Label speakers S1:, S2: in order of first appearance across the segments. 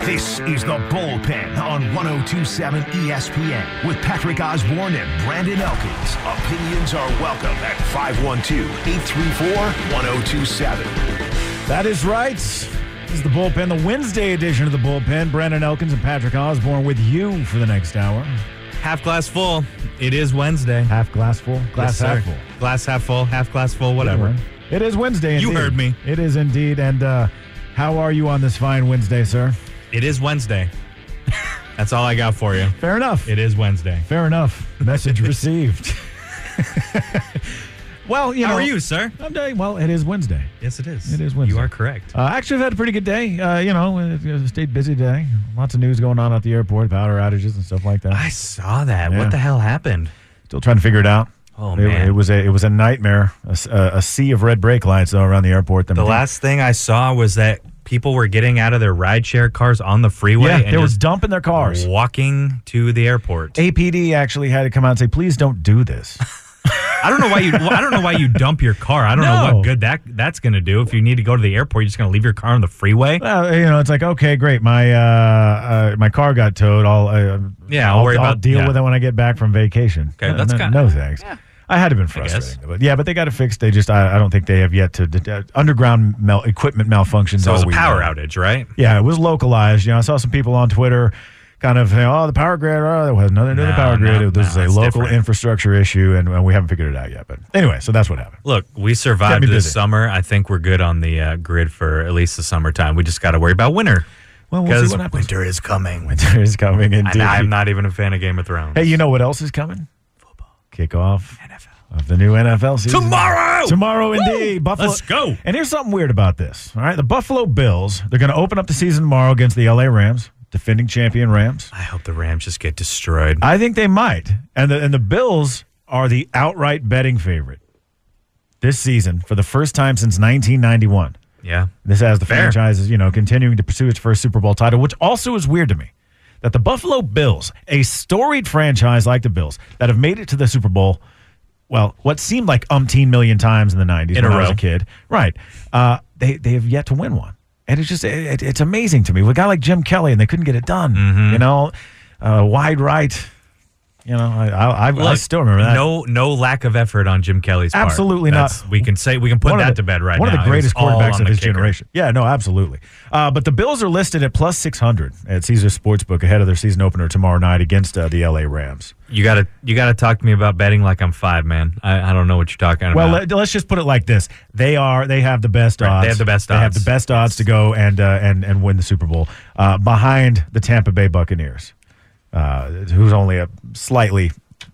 S1: This is the bullpen on 1027 ESPN with Patrick Osborne and Brandon Elkins. Opinions are welcome at 512 834 1027.
S2: That is right. This is the bullpen, the Wednesday edition of the bullpen. Brandon Elkins and Patrick Osborne with you for the next hour.
S3: Half glass full. It is Wednesday.
S2: Half glass full, glass
S3: Yes,
S2: half
S3: sir.
S2: full.
S3: Glass half full, half glass full, whatever.
S2: It is Wednesday.
S3: You
S2: indeed.
S3: heard me.
S2: It is indeed. And uh, how are you on this fine Wednesday, sir?
S3: It is Wednesday. That's all I got for you.
S2: Fair enough.
S3: It is Wednesday.
S2: Fair enough. Message received. well, you know.
S3: How are you, sir?
S2: I'm doing well. It is Wednesday.
S3: Yes, it is.
S2: It is Wednesday.
S3: You are correct.
S2: Uh, actually, I've had a pretty good day. Uh, you know, uh, stayed busy today. Lots of news going on at the airport, power outages and stuff like that.
S3: I saw that.
S2: Yeah.
S3: What the hell happened?
S2: Still trying to figure it out.
S3: Oh,
S2: it,
S3: man.
S2: it was a it was a nightmare. A, s- a- a sea of red brake lights all around the airport.
S3: The last thing I saw was that people were getting out of their rideshare cars on the freeway
S2: yeah,
S3: and
S2: they were
S3: just
S2: dumping their cars.
S3: walking to the airport.
S2: APD actually had to come out and say, "Please don't do this."
S3: I don't know why you. I don't know why you dump your car. I don't know
S2: No.
S3: what good that that's going to do. If you need to go to the airport, you're just going to leave your car on the freeway.
S2: well, you know, it's like, okay, great, my uh, uh, my car got towed. I'll uh,
S3: Yeah,
S2: I'll,
S3: I'll worry
S2: I'll
S3: about-
S2: deal
S3: yeah.
S2: with it when I get back from vacation.
S3: Okay,
S2: No-
S3: that's
S2: no,
S3: kinda-
S2: no thanks. I had to been frustrating,
S3: guess.
S2: but yeah, but they got it fixed. They just I, I don't think they have yet to det- uh, underground mal- equipment malfunctions.
S3: So it was
S2: all
S3: a
S2: we
S3: power
S2: know.
S3: outage, right?
S2: Yeah, it was localized. You know, I saw some people on Twitter kind of, saying, oh, the power grid, oh, there was nothing to do with the
S3: No,
S2: power grid.
S3: no,
S2: this is
S3: no,
S2: a
S3: it's
S2: local
S3: different.
S2: infrastructure issue, and, and we haven't figured it out yet. But anyway, so that's what happened.
S3: Look, we survived
S2: Kept me
S3: this
S2: busy.
S3: summer. I think we're good on the uh, grid for at least the summertime. We just got to worry about winter.
S2: Well, we'll see
S3: Because
S2: what happens.
S3: winter is coming.
S2: Winter is coming, indeed.
S3: And I'm not even a fan of Game of Thrones.
S2: Hey, you know what else is coming? Football. Kickoff
S3: NFL.
S2: of the new NFL season.
S3: Tomorrow!
S2: Tomorrow, indeed. Buffalo.
S3: Let's go.
S2: And here's something weird about this. All right, the Buffalo Bills, they're going to open up the season tomorrow against the LA Rams, defending champion Rams.
S3: I hope the Rams just get destroyed.
S2: I think they might. And the and the Bills are the outright betting favorite this season for the first time since 1991.
S3: yeah.
S2: This as the
S3: Fair.
S2: franchise is, you know, continuing to pursue its first Super Bowl title, which also is weird to me. That the Buffalo Bills, a storied franchise like the Bills that have made it to the Super Bowl, well, what seemed like umpteen million times in the 90s when
S3: In a
S2: I was a
S3: row.
S2: kid, right? Uh, they, they have yet to win one. And it's just, it, it's amazing to me. With a guy like Jim Kelly, and they couldn't get it done,
S3: Mm-hmm.
S2: you know, uh, wide right. You know, I, I, I, I
S3: Look,
S2: still remember that.
S3: No, no lack of effort on Jim Kelly's part.
S2: Absolutely not.
S3: That's- We can say we can put
S2: One of
S3: that
S2: the-
S3: to bed right
S2: One
S3: now.
S2: of
S3: It
S2: the
S3: was
S2: greatest
S3: all
S2: quarterbacks
S3: on
S2: of
S3: the
S2: his
S3: kicker.
S2: generation. Yeah, no, absolutely. Uh, but the Bills are listed at plus 600 at Caesars Sportsbook ahead of their season opener tomorrow night against uh, the LA Rams.
S3: You gotta, you gotta talk to me about betting like I'm five, man. I, I don't know what you're talking
S2: Well,
S3: about.
S2: let, us just put it like this: they are they have the best
S3: Right,
S2: odds.
S3: they have the best
S2: They have the
S3: odds.
S2: best odds to go and uh, and and win the Super Bowl uh, behind the Tampa Bay Buccaneers, uh, who's only a slightly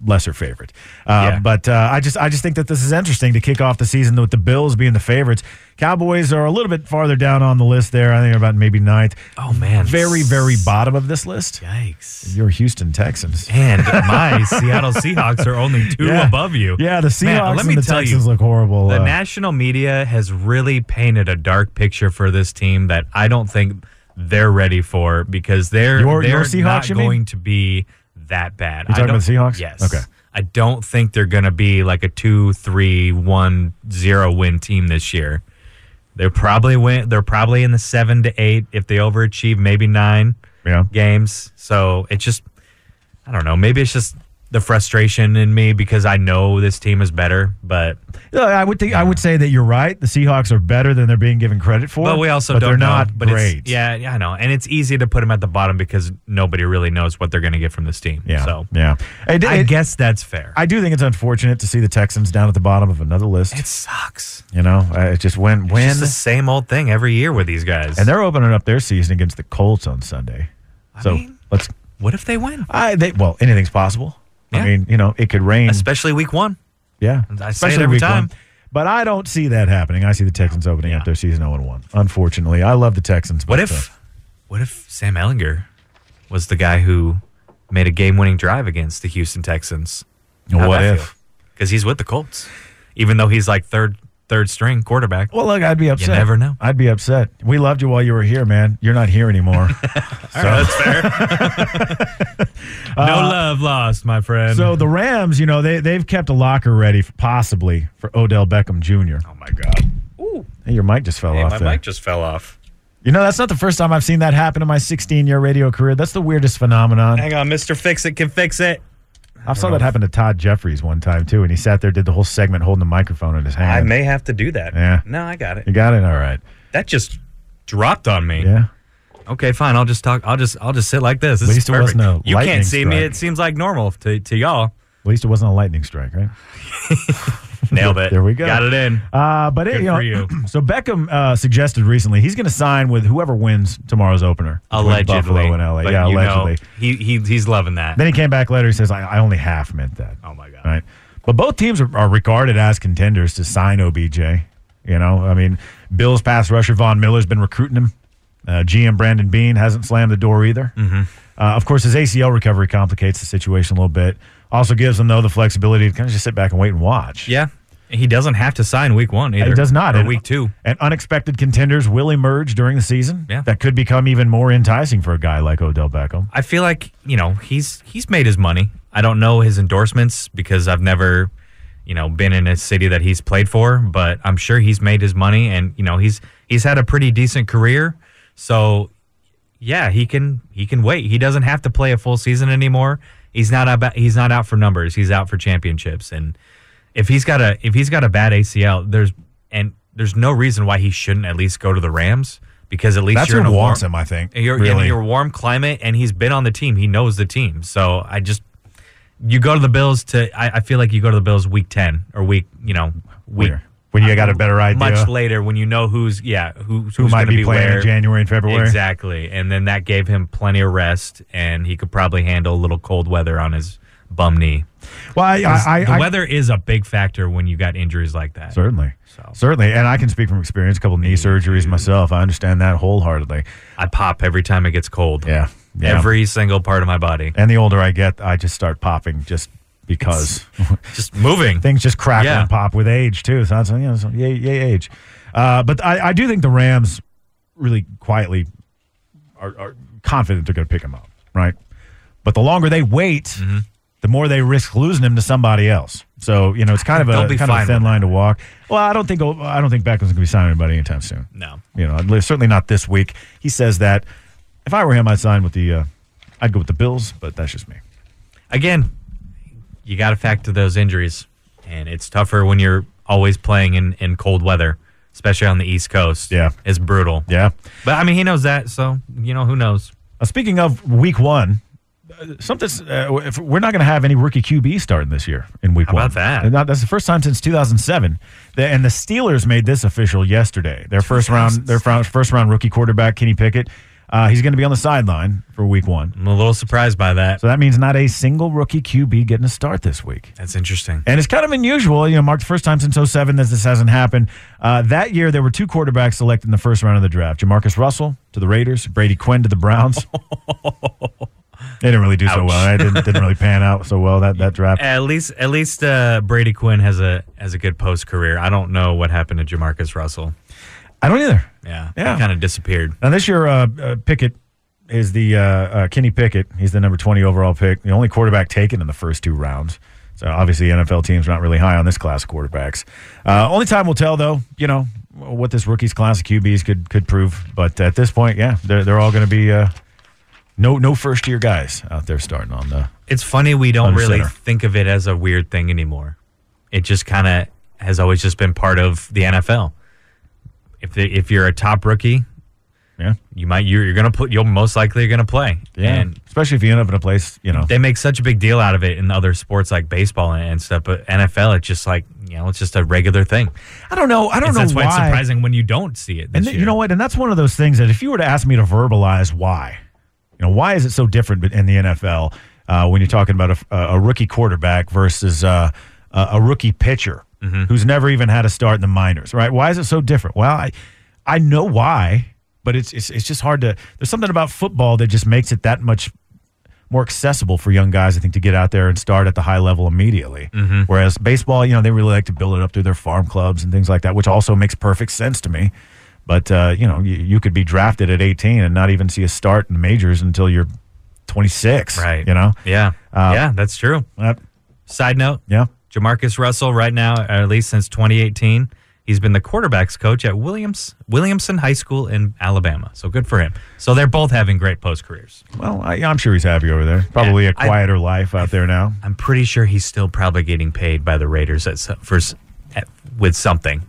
S2: lesser favorite. Uh,
S3: Yeah.
S2: But uh, I just I just think that this is interesting to kick off the season with the Bills being the favorites. Cowboys are a little bit farther down on the list there. I think they're about maybe ninth.
S3: oh man,
S2: Very very bottom of this list.
S3: Yikes.
S2: Your Houston Texans.
S3: And my Seattle Seahawks are only two
S2: Yeah.
S3: above you.
S2: Yeah, the Seahawks
S3: Man, let
S2: and
S3: me
S2: the
S3: tell
S2: Texans
S3: you,
S2: look horrible.
S3: the
S2: Uh,
S3: national media has really painted a dark picture for this team that I don't think they're ready for because they're
S2: Your-
S3: they're
S2: your Seahawks,
S3: not
S2: you mean?
S3: going to be that bad.
S2: You're
S3: I
S2: talking
S3: don't-
S2: about the Seahawks?
S3: Yes.
S2: Okay.
S3: I don't think they're going to be like a two, three, one, zero win team this year. They probably win. They're probably in the seven to eight if they overachieve, maybe nine
S2: yeah.
S3: games. So it just, I don't know. Maybe it's just the frustration in me because I know this team is better, but
S2: No, I would think I would say that you're right. The Seahawks are better than they're being given credit for.
S3: but we also
S2: but
S3: don't
S2: they're
S3: know,
S2: not
S3: but it's-
S2: great.
S3: yeah, yeah, I know, and it's easy to put them at the bottom because nobody really knows what they're going to get from this team.
S2: yeah,
S3: So
S2: yeah. It- it-
S3: I guess that's fair.
S2: I do think it's unfortunate to see the Texans down at the bottom of another list.
S3: it sucks.
S2: you know, uh, it just when
S3: It's
S2: when
S3: just the same old thing every year with these guys.
S2: and they're opening up their season against the Colts on Sunday. So
S3: mean-
S2: let's.
S3: what if they win?
S2: I they well anything's possible. I
S3: Yeah.
S2: mean, you know, it could rain.
S3: Especially week one.
S2: yeah,
S3: I say it every time.
S2: But I don't see that happening. I see the Texans opening up their season 0 1. Unfortunately, I love the Texans.
S3: What
S2: but, uh,
S3: if, what if Sam Ellinger was the guy who made a game-winning drive against the Houston Texans?
S2: What if?
S3: Because he's with the Colts, even though he's like third third string quarterback.
S2: Well, look, I'd be upset.
S3: never know.
S2: I'd be upset. We loved you while you were here, man. You're not here anymore. so,
S3: that's fair. no love lost, my friend.
S2: Uh, so the Rams, you know, they they've kept a locker ready, for, possibly for Odell Beckham Jr.
S3: oh my god,
S2: Hey, your mic just fell
S3: hey,
S2: off
S3: my
S2: there.
S3: mic just fell off.
S2: You know, that's not the first time I've seen that happen in my 16 year radio career. That's the weirdest phenomenon.
S3: Hang on, Mr. Fix It can fix it.
S2: I saw that happen to Todd Jeffries one time, too, and he sat there, did the whole segment holding the microphone in his hand.
S3: I may have to do that.
S2: Yeah.
S3: No, I got it.
S2: you got it? All right.
S3: That just dropped on me.
S2: Yeah.
S3: Okay, fine. I'll just talk. I'll just I'll just sit like this.
S2: At
S3: This is
S2: least it
S3: perfect.
S2: wasn't a
S3: you
S2: lightning
S3: can't see me.
S2: strike.
S3: It seems like normal to, to y'all.
S2: At least it wasn't a lightning strike, right?
S3: Nailed it.
S2: There we go.
S3: Got it in.
S2: Uh, but it,
S3: Good
S2: you know,
S3: for you.
S2: so Beckham uh, suggested recently he's going to sign with whoever wins tomorrow's opener. between
S3: Allegedly.
S2: Buffalo and LA.
S3: But
S2: yeah,
S3: you know,
S2: allegedly.
S3: he, he he's loving that.
S2: Then he came back later. He says, I, I only half meant that.
S3: Oh my god.
S2: Right. But both teams are, are regarded as contenders to sign OBJ. You know, I mean, Bills pass rusher Von Miller's been recruiting him. Uh, GM Brandon Bean hasn't slammed the door either.
S3: Mm-hmm.
S2: Uh, of course, his ACL recovery complicates the situation a little bit. Also gives him, though, the flexibility to kind of just sit back and wait and watch.
S3: Yeah. He doesn't have to sign week one either.
S2: It does not.
S3: Or
S2: And-
S3: week two.
S2: And unexpected contenders will emerge during the season
S3: Yeah.
S2: that could become even more enticing for a guy like Odell Beckham.
S3: I feel like you know he's he's made his money. I don't know his endorsements because I've never, you know, been in a city that he's played for. But I'm sure he's made his money, and you know he's he's had a pretty decent career. So yeah, he can he can wait. He doesn't have to play a full season anymore. He's not about, he's not out for numbers. He's out for championships. And if he's got a if he's got a bad ACL, there's and there's no reason why he shouldn't at least go to the Rams because at least
S2: That's
S3: you're in
S2: who
S3: a warm-
S2: wants him, I think.
S3: you're in
S2: really.
S3: your warm climate, and he's been on the team. He knows the team. So I just you go to the Bills to. I, I feel like you go to the Bills week ten or week you know week
S2: Where- when you got a better idea.
S3: much later when you know who's yeah who who's
S2: who might
S3: gonna
S2: be playing
S3: where.
S2: in January and February.
S3: exactly, and then that gave him plenty of rest, and he could probably handle a little cold weather on his bum knee.
S2: Well, I, I, I,
S3: the
S2: I-
S3: weather is a big factor when you got injuries like that.
S2: certainly,
S3: So.
S2: certainly, and I can speak from experience. A couple knee surgeries myself. I understand that wholeheartedly.
S3: I pop every time it gets cold.
S2: Yeah, yeah.
S3: Every single part of my body.
S2: and the older I get, I just start popping just because
S3: Just moving.
S2: things just crackle
S3: Yeah.
S2: and pop with age too. So that's you know, so yay, yay age. Uh, but I, I do think the Rams really quietly are, are confident they're going to pick him up, right? But the longer they wait,
S3: Mm-hmm.
S2: the more they risk losing him to somebody else. So you know, it's kind of
S3: They'll
S2: a
S3: be
S2: kind of a
S3: fine
S2: thin
S3: with
S2: line to walk. Well, I don't think I don't think Beckham's going to be signing anybody anytime soon.
S3: No.
S2: You know, at least- certainly not this week. He says that. If I were him, I'd sign with the. Uh, I'd go with the Bills, but that's just me.
S3: again, you got to factor those injuries, and it's tougher when you're always playing in, in cold weather, especially on the East Coast.
S2: Yeah.
S3: it's brutal.
S2: Yeah.
S3: But I mean, he knows that, so you know who knows.
S2: Uh, speaking of week one, uh, something's uh, if we're not going to have any rookie QB starting this year in week
S3: How
S2: one.
S3: about that?
S2: And that- That's the first time since 2007. The- and the Steelers made this official yesterday. Their first round, their fr- first round rookie quarterback Kenny Pickett. Uh, he's going to be on the sideline for week one.
S3: I'm a little surprised by that.
S2: So that means not a single rookie QB getting a start this week.
S3: That's interesting.
S2: And it's kind of unusual. You know, Mark, the first time since 07 that this hasn't happened. Uh, that year, there were two quarterbacks selected in the first round of the draft Jamarcus Russell to the Raiders, Brady Quinn to the Browns. they didn't really do so
S3: Ouch.
S2: well. It didn't, didn't really pan out so well that, that draft.
S3: At least, at least uh, Brady Quinn has a has a good post career. I don't know what happened to Jamarcus Russell.
S2: I don't either.
S3: Yeah,
S2: Yeah.
S3: he kind of disappeared.
S2: Now, this year, uh, uh, Pickett is the uh, uh, Kenny Pickett. He's the number 20 overall pick, the only quarterback taken in the first two rounds. So obviously, NFL teams not really high on this class of quarterbacks. Uh, only time will tell, though, you know, what this rookies class of QBs could could prove. But at this point, yeah, they're, they're all going to be uh, no no first year guys out there starting on the.
S3: It's funny we don't
S2: Under
S3: really
S2: center.
S3: think of it as a weird thing anymore. It just kind of has always just been part of the NFL. If the, if you're a top rookie,
S2: Yeah,
S3: you might you're, you're gonna put you'll most likely gonna play.
S2: yeah.
S3: And
S2: Especially if you end up in a place, you know.
S3: they make such a big deal out of it in other sports like baseball and, and stuff, but NFL it's just like you know it's just a regular thing.
S2: I don't know. I don't
S3: And
S2: know
S3: that's why,
S2: why.
S3: it's surprising when you don't see it. This
S2: And th-
S3: year.
S2: you know what? And that's one of those things that if you were to ask me to verbalize why, you know, why is it so different be- in the NFL uh, when you're talking about a, f- a- a rookie quarterback versus uh, a a rookie pitcher
S3: Mm-hmm.
S2: who's never even had a start in the minors, right? Why is it so different? Well, I, I know why, but it's, it's it's just hard to. There's something about football that just makes it that much more accessible for young guys, I think, to get out there and start at the high level immediately.
S3: Mm-hmm.
S2: Whereas baseball, you know, they really like to build it up through their farm clubs and things like that, which also makes perfect sense to me. But, uh, you know, you, you could be drafted at 18 and not even see a start in the majors until you're 26.
S3: Right.
S2: You know?
S3: Yeah. yeah. That's true.
S2: Uh,
S3: Side note.
S2: yeah.
S3: Jamarcus Russell right now, or at least since 2018, He's been the quarterbacks coach at Williams Williamson High School in Alabama. So good for him. So they're both having great post careers.
S2: Well, I, I'm sure he's happy over there. Probably
S3: Yeah,
S2: a
S3: I-
S2: quieter life out there now.
S3: I'm pretty sure he's still probably getting paid by the Raiders at, so- for s- at, with something. 'Cause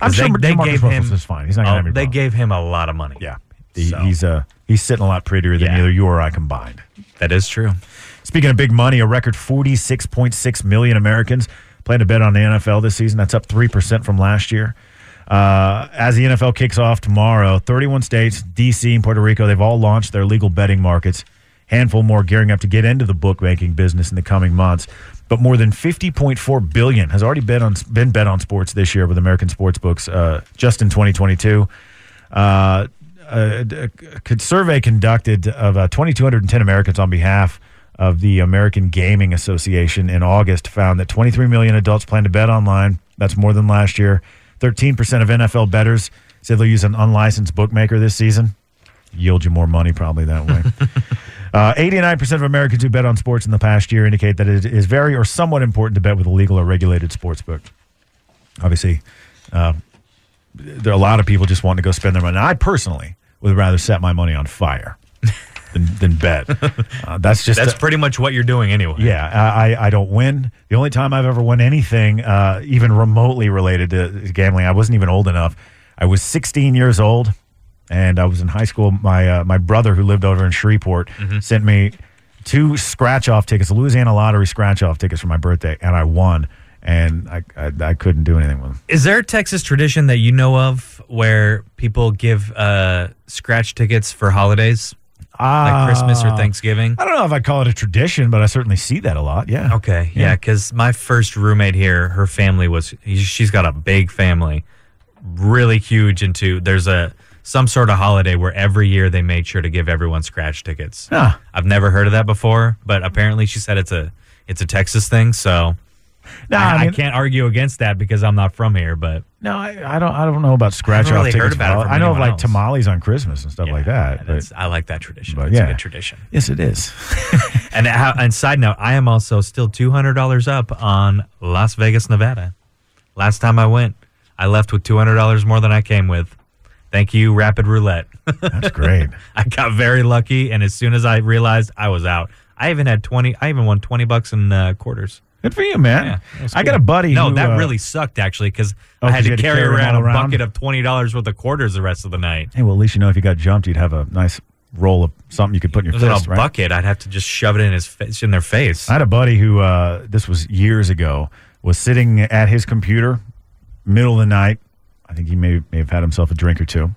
S2: I'm sure
S3: they, they
S2: DeMarcus
S3: gave
S2: Russell's
S3: him
S2: is fine. He's not gonna
S3: oh,
S2: have any
S3: They
S2: problem.
S3: gave him a lot of money.
S2: Yeah, he,
S3: So.
S2: he's uh, he's sitting a lot prettier than
S3: Yeah.
S2: either you or I combined.
S3: that is true.
S2: Speaking of big money, a record 46.6 million Americans plan to bet on the NFL this season. That's up 3% from last year. Uh, as the NFL kicks off tomorrow, 31 states, D.C., and Puerto Rico, they've all launched their legal betting markets. Handful more gearing up to get into the bookmaking business in the coming months. But more than 50.4 billion has already been on been bet on sports this year with American sports books uh, just in 2022 uh, a, a- a survey conducted of uh, 2,210 Americans on behalf of the American Gaming Association in August found that 23 million adults plan to bet online. That's more than last year. 13% of NFL bettors said they'll use an unlicensed bookmaker this season. Yield you more money probably that way. Uh, 89% of Americans who bet on sports in the past year indicate that it is very or somewhat important to bet with a legal or regulated sports book. Obviously, uh, there are a lot of people just want to go spend their money. I personally would rather set my money on fire than, than bet. Uh, that's just
S3: That's pretty much what you're doing anyway.
S2: yeah. I, I- I don't win. The only time I've ever won anything, uh, even remotely related to gambling, I wasn't even old enough. I was 16 years old, and I was in high school. My uh, my brother, who lived over in Shreveport,
S3: Mm-hmm.
S2: sent me two scratch off tickets, Louisiana lottery scratch off tickets for my birthday, and I won. And I, I I couldn't do anything with them.
S3: Is there a Texas tradition that you know of where people give uh, scratch tickets for holidays, like Christmas or Thanksgiving?
S2: I don't know if I'd call it a tradition, but I certainly see that a lot. Yeah.
S3: Okay, yeah, because my first roommate here, her family was she's got a big family, really huge into. There's a some sort of holiday where every year they made sure to give everyone scratch tickets.
S2: Huh.
S3: I've never heard of that before, but apparently she said it's a it's a Texas thing, so
S2: No,
S3: I,
S2: I,
S3: I
S2: mean,
S3: can't argue against that because I'm not from here. But
S2: No, I, I don't. I don't know about scratch off
S3: really heard
S2: tickets.
S3: about it
S2: Well,
S3: from
S2: I know of
S3: anyone
S2: like
S3: else.
S2: tamales on Christmas and stuff like
S3: Yeah,
S2: that.
S3: that's-
S2: but-
S3: I like that tradition.
S2: but
S3: it's
S2: yeah.
S3: a good tradition.
S2: yes, it is.
S3: And how, and side note, I am also still two hundred dollars up on Las Vegas, Nevada. Last time I went, I left with two hundred dollars more than I came with. Thank you, Rapid Roulette.
S2: That's great.
S3: I got very lucky, and as soon as I realized I was out, I even had twenty. I even won twenty bucks in uh, quarters.
S2: Good for you, man.
S3: Yeah, that was
S2: I got
S3: cool.
S2: a buddy.
S3: No,
S2: who,
S3: that
S2: uh,
S3: really sucked actually because
S2: Oh,
S3: I had
S2: 'cause
S3: to
S2: you had to
S3: carry,
S2: carry them
S3: around
S2: all
S3: a
S2: around?
S3: bucket of twenty dollars worth of quarters the rest of the night.
S2: Hey, well, at least you know if you got jumped, you'd have a nice roll of something you could put in your
S3: It was in a
S2: fist, right?
S3: bucket. I'd have to just shove it in his face, in their face.
S2: I had a buddy who uh, this was years ago was sitting at his computer, middle of the night. I think he may may have had himself a drink or two.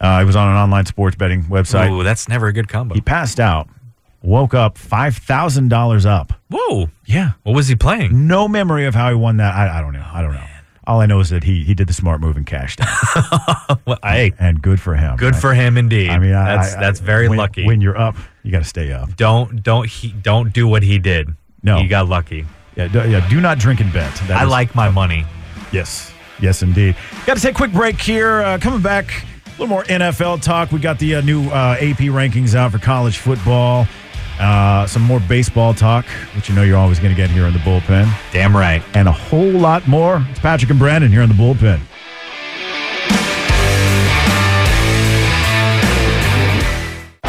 S2: Uh, he was on an online sports betting website.
S3: Ooh, that's never a good combo.
S2: He passed out, woke up five thousand dollars up.
S3: Whoa,
S2: Yeah. Mm-hmm.
S3: what was he playing?
S2: No memory of how he won that. I, I don't know. I don't know. All I know is that he he did the smart move and cashed it,
S3: Well, hey,
S2: and good for him.
S3: good
S2: I-
S3: for him indeed.
S2: I mean, I-
S3: that's
S2: I-
S3: that's very
S2: when-
S3: lucky.
S2: When you're up, you got to stay up.
S3: don't don't he don't do what he did.
S2: No.
S3: he got lucky.
S2: Yeah, do, yeah. Do not drink and bet. That
S3: I
S2: is-
S3: like my money.
S2: Yes, yes, indeed. Got to take a quick break here. Uh, coming back, a little more NFL talk. We got the uh, new uh, AP rankings out for college football. Uh, some more baseball talk, which you know you're always going to get here in the bullpen,
S3: Damn right.
S2: and a whole lot more. It's Patrick and Brandon here in the bullpen.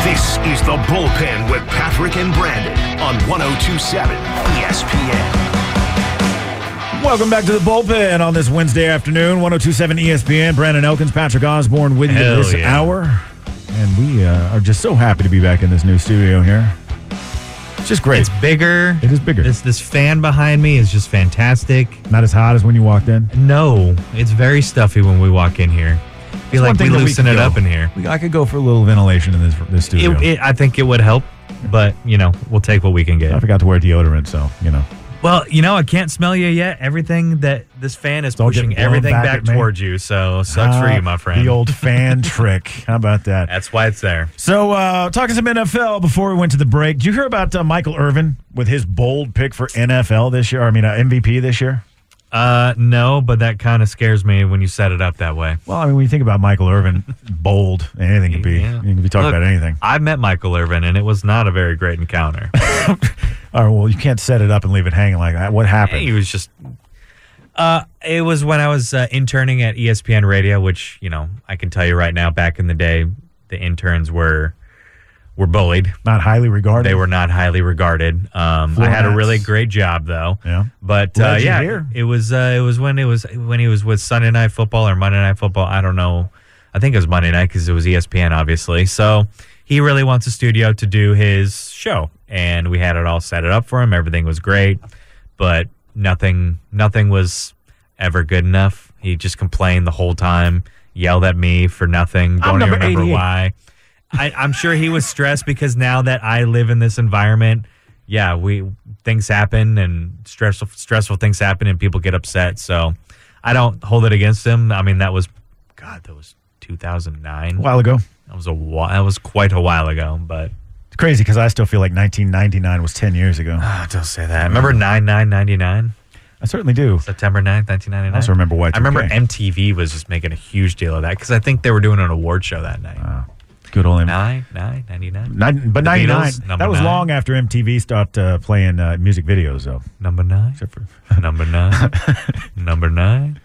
S1: This is the bullpen with Patrick and Brandon on 1027 ESPN.
S2: Welcome back to the bullpen on this Wednesday afternoon, 1027 ESPN. Brandon Elkins, Patrick Osborne with you
S3: Hell
S2: this
S3: yeah.
S2: hour. And we uh, are just so happy to be back in this new studio here. It's just great.
S3: It's bigger.
S2: It is bigger.
S3: This this fan behind me is just fantastic.
S2: Not as hot as when you walked in.
S3: No, it's very stuffy when we walk in here. Feel
S2: One
S3: like we
S2: thing that we
S3: loosen
S2: could
S3: it
S2: go-
S3: up in here.
S2: We, I could go for a little ventilation in this, this
S3: It,
S2: studio.
S3: it, I think it would help, but you know we'll take what we can
S2: I
S3: get.
S2: forgot to wear deodorant, so, you know.
S3: Well, you know I can't smell you yet. Everything that this fan is
S2: all getting
S3: pushing
S2: blown
S3: everything
S2: back
S3: back,
S2: at me.
S3: towards you, so sucks for
S2: Ah,
S3: you, my friend.
S2: The old fan trick. How about that?
S3: That's why it's there.
S2: So, uh, talking some NFL before we went to the break, did you hear about uh, Michael Irvin with his bold pick for NFL this year? I mean, uh, MVP this year?
S3: Uh, no, but that kind of scares me when you set it up that way.
S2: Well, I mean, when you think about Michael Irvin, bold, anything could be.
S3: Yeah.
S2: You can be talking
S3: Look,
S2: about anything.
S3: I met Michael Irvin, and it was not a very great encounter.
S2: All right, well, you can't set it up and leave it hanging like that. What happened?
S3: he was just. Uh, it was when I was uh, interning at ESPN Radio, which you know I can tell you right now. Back in the day, the interns were were bullied.
S2: Not highly regarded.
S3: They were not highly regarded. Um, I
S2: Floor
S3: had a
S2: mats.
S3: really great job though.
S2: Yeah.
S3: But uh,
S2: Glad you're
S3: yeah,
S2: here.
S3: it was uh, it was when it was when he was with Sunday Night Football or Monday Night Football. I don't know. I think it was Monday night because it was E ESPN, obviously. So he really wants a studio to do his show, and we had it all set it up for him. Everything was great, but nothing nothing was ever good enough. He just complained the whole time, yelled at me for nothing. Don't even
S2: number
S3: remember
S2: 88.
S3: why. I, I'm sure he was stressed because now that I live in this environment, yeah, we things happen and stressful stressful things happen and people get upset. So I don't hold it against him. I mean, that was God, that was 2009.
S2: a while ago.
S3: That was a while. That was quite a while ago. But
S2: It's crazy because I still feel like 1999 was 10 years ago.
S3: oh, don't say that. Remember nine nine ninety nine,
S2: I certainly do.
S3: September 9th, nineteen ninety nine.
S2: I also remember Y2K.
S3: I remember MTV was just making a huge deal of that because I think they were doing an award show that night.
S2: Good old MTV.
S3: nine nine ninety nine.
S2: Nine, but 99,
S3: Beatles, number
S2: that was
S3: nine.
S2: long after MTV stopped uh, playing uh, music videos, though.
S3: Number nine.
S2: Except for,
S3: Number nine. Number nine.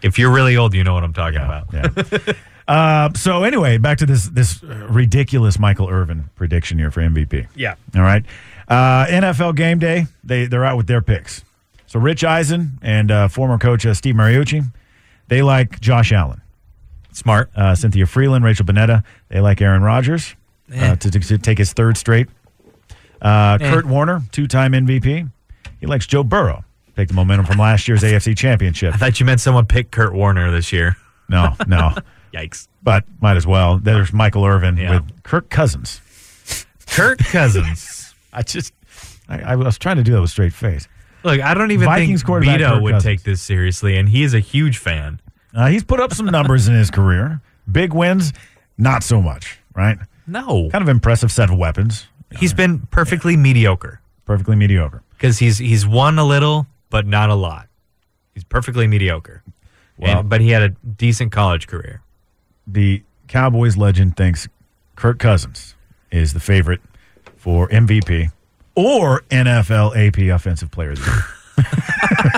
S3: If you're really old, you know what I'm talking about.
S2: yeah. uh, so anyway, back to this this uh, ridiculous Michael Irvin prediction here for MVP.
S3: Yeah.
S2: All right. Uh, NFL game day, they, they're out with their picks. So Rich Eisen and uh, former coach uh, Steve Mariucci, they like Josh Allen.
S3: Smart.
S2: Uh, Cynthia Freeland, Rachel Bonetta, they like Aaron Rodgers uh, to, to, to take his third straight. Uh,
S3: Eh.
S2: Kurt Warner, two time MVP. He likes Joe Burrow. Take the momentum from last year's AFC Championship.
S3: I thought you meant someone picked Kurt Warner this year.
S2: No, no.
S3: Yikes.
S2: But might as well. There's Michael Irvin
S3: Yeah.
S2: with Kirk Cousins.
S3: Kirk Cousins.
S2: I just, I, I was trying to do that with a straight face.
S3: Look, I don't even
S2: Vikings
S3: think
S2: quarterback
S3: Beto
S2: Kirk
S3: would
S2: Cousins.
S3: take this seriously, and he is a huge fan.
S2: Uh, he's put up some numbers in his career. Big wins, not so much, right?
S3: No.
S2: Kind of impressive set of weapons.
S3: He's been perfectly mediocre
S2: Perfectly mediocre.
S3: because he's he's won a little, but not a lot. He's perfectly mediocre.
S2: Well-
S3: And- but he had a decent college career.
S2: The Cowboys legend thinks Kirk Cousins is the favorite for MVP or NFL AP Offensive Player of the Year.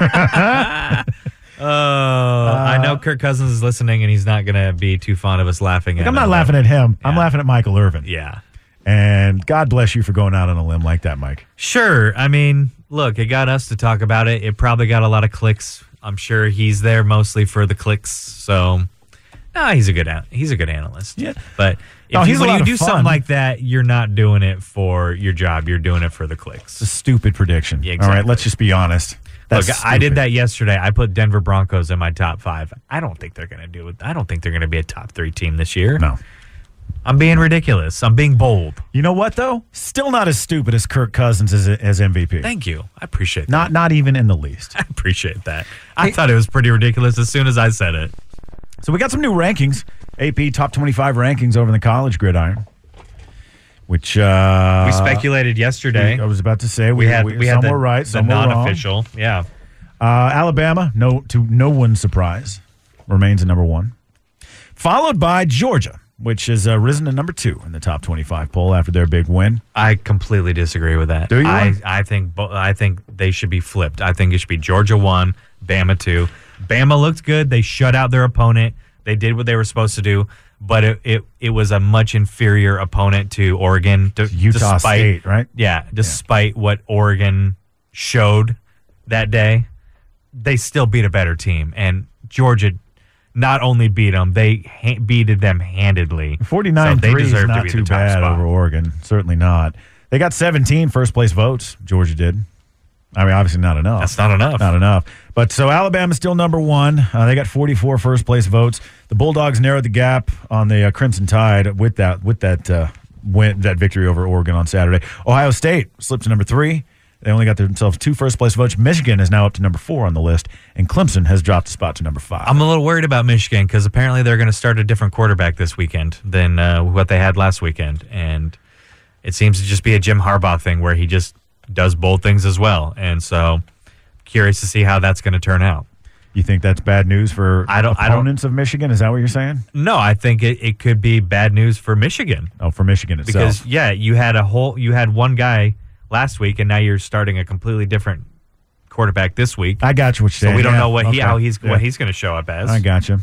S3: Oh, I
S2: Uh,
S3: know Kirk Cousins is listening, and he's not going to be too fond of us laughing at
S2: I'm
S3: him.
S2: not laughing at him. I'm
S3: Yeah.
S2: laughing at Michael Irvin.
S3: Yeah.
S2: And God bless you for going out on a limb like that, Mike.
S3: Sure. I mean, look, it got us to talk about it. It probably got a lot of clicks. I'm sure he's there mostly for the clicks. So, nah, he's a good an- he's a good analyst.
S2: Yeah.
S3: But if
S2: No,
S3: you,
S2: he's a
S3: when
S2: lot
S3: you
S2: of
S3: do
S2: fun.
S3: something like that, you're not doing it for your job. You're doing it for the
S2: It's
S3: clicks.
S2: a stupid prediction.
S3: Yeah,
S2: All right,
S3: exactly.
S2: let's just be honest.
S3: Look,
S2: That's
S3: I did
S2: stupid.
S3: that yesterday. I put Denver Broncos in my top five. I don't think they're going to do it. I don't think they're going to be a top three team this year.
S2: No.
S3: I'm being ridiculous. I'm being bold.
S2: You know what though? Still not as stupid as Kirk Cousins as, as MVP.
S3: Thank you. I appreciate that.
S2: Not not even in the least.
S3: I appreciate that. I thought it was pretty ridiculous as soon as I said it.
S2: So we got some new rankings, AP top twenty five rankings over in the college gridiron, which uh,
S3: We speculated yesterday.
S2: I was about to say
S3: We had we, had
S2: some
S3: the,
S2: were right,
S3: the
S2: some were wrong.
S3: non-official. Yeah,
S2: Uh, Alabama, no to no one's surprise, remains at number one, followed by Georgia, which has uh, risen to number two in the top twenty five poll after their big win.
S3: I completely disagree with that.
S2: Do you?
S3: I I think bo- I think they should be flipped. I think it should be Georgia one, Bama two. Bama looked good. They shut out their opponent. They did what they were supposed to do, but it it, it was a much inferior opponent to Oregon. d-
S2: Utah
S3: despite-
S2: State, right?
S3: Yeah, despite what Oregon showed that day, they still beat a better team. And Georgia not only beat them, they ha- beated them handedly.
S2: Forty nine
S3: So
S2: three is not too bad over Oregon. Certainly not. They got 17 first place votes. Georgia did. I mean, obviously not enough.
S3: That's not enough.
S2: Not enough. But so Alabama's still number one. Uh, they got 44 first place votes. The Bulldogs narrowed the gap on the uh, Crimson Tide with that with that uh, win, that victory over Oregon on Saturday. Ohio State slipped to number three. They only got themselves two first place votes. Michigan is now up to number four on the list, and Clemson has dropped a spot to number five.
S3: I'm a little worried about Michigan because apparently they're going to start a different quarterback this weekend than uh, what they had last weekend, and it seems to just be a Jim Harbaugh thing where he just does bold things as well. And so, curious to see how that's going to turn out.
S2: you think that's bad news for
S3: I don't- I don't-
S2: opponents of Michigan? Is that what you're saying?
S3: No, I think it, it could be bad news for Michigan
S2: Oh, for Michigan itself.
S3: because yeah, you had a whole you had one guy last week, and now you're starting a completely different quarterback this week.
S2: I got you. What you're
S3: so
S2: saying.
S3: we don't
S2: Yeah,
S3: know what he
S2: okay.
S3: how he's
S2: Yeah.
S3: what he's going to show up as.
S2: I got you.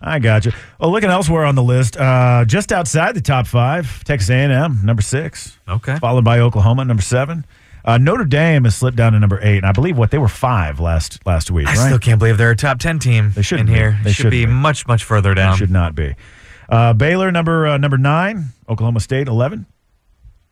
S2: I got you. Well, looking elsewhere on the list, uh, just outside the top five, Texas A&M number six,
S3: Okay.
S2: followed by Oklahoma number seven. Uh, Notre Dame has slipped down to number eight, and I believe what they were five last last week,
S3: I
S2: right?
S3: still can't believe they're a top ten team.
S2: They shouldn't
S3: in
S2: be.
S3: here.
S2: They
S3: should be,
S2: shouldn't be.
S3: much much further down.
S2: Should not be. Uh, Baylor number uh, number nine, Oklahoma State eleven.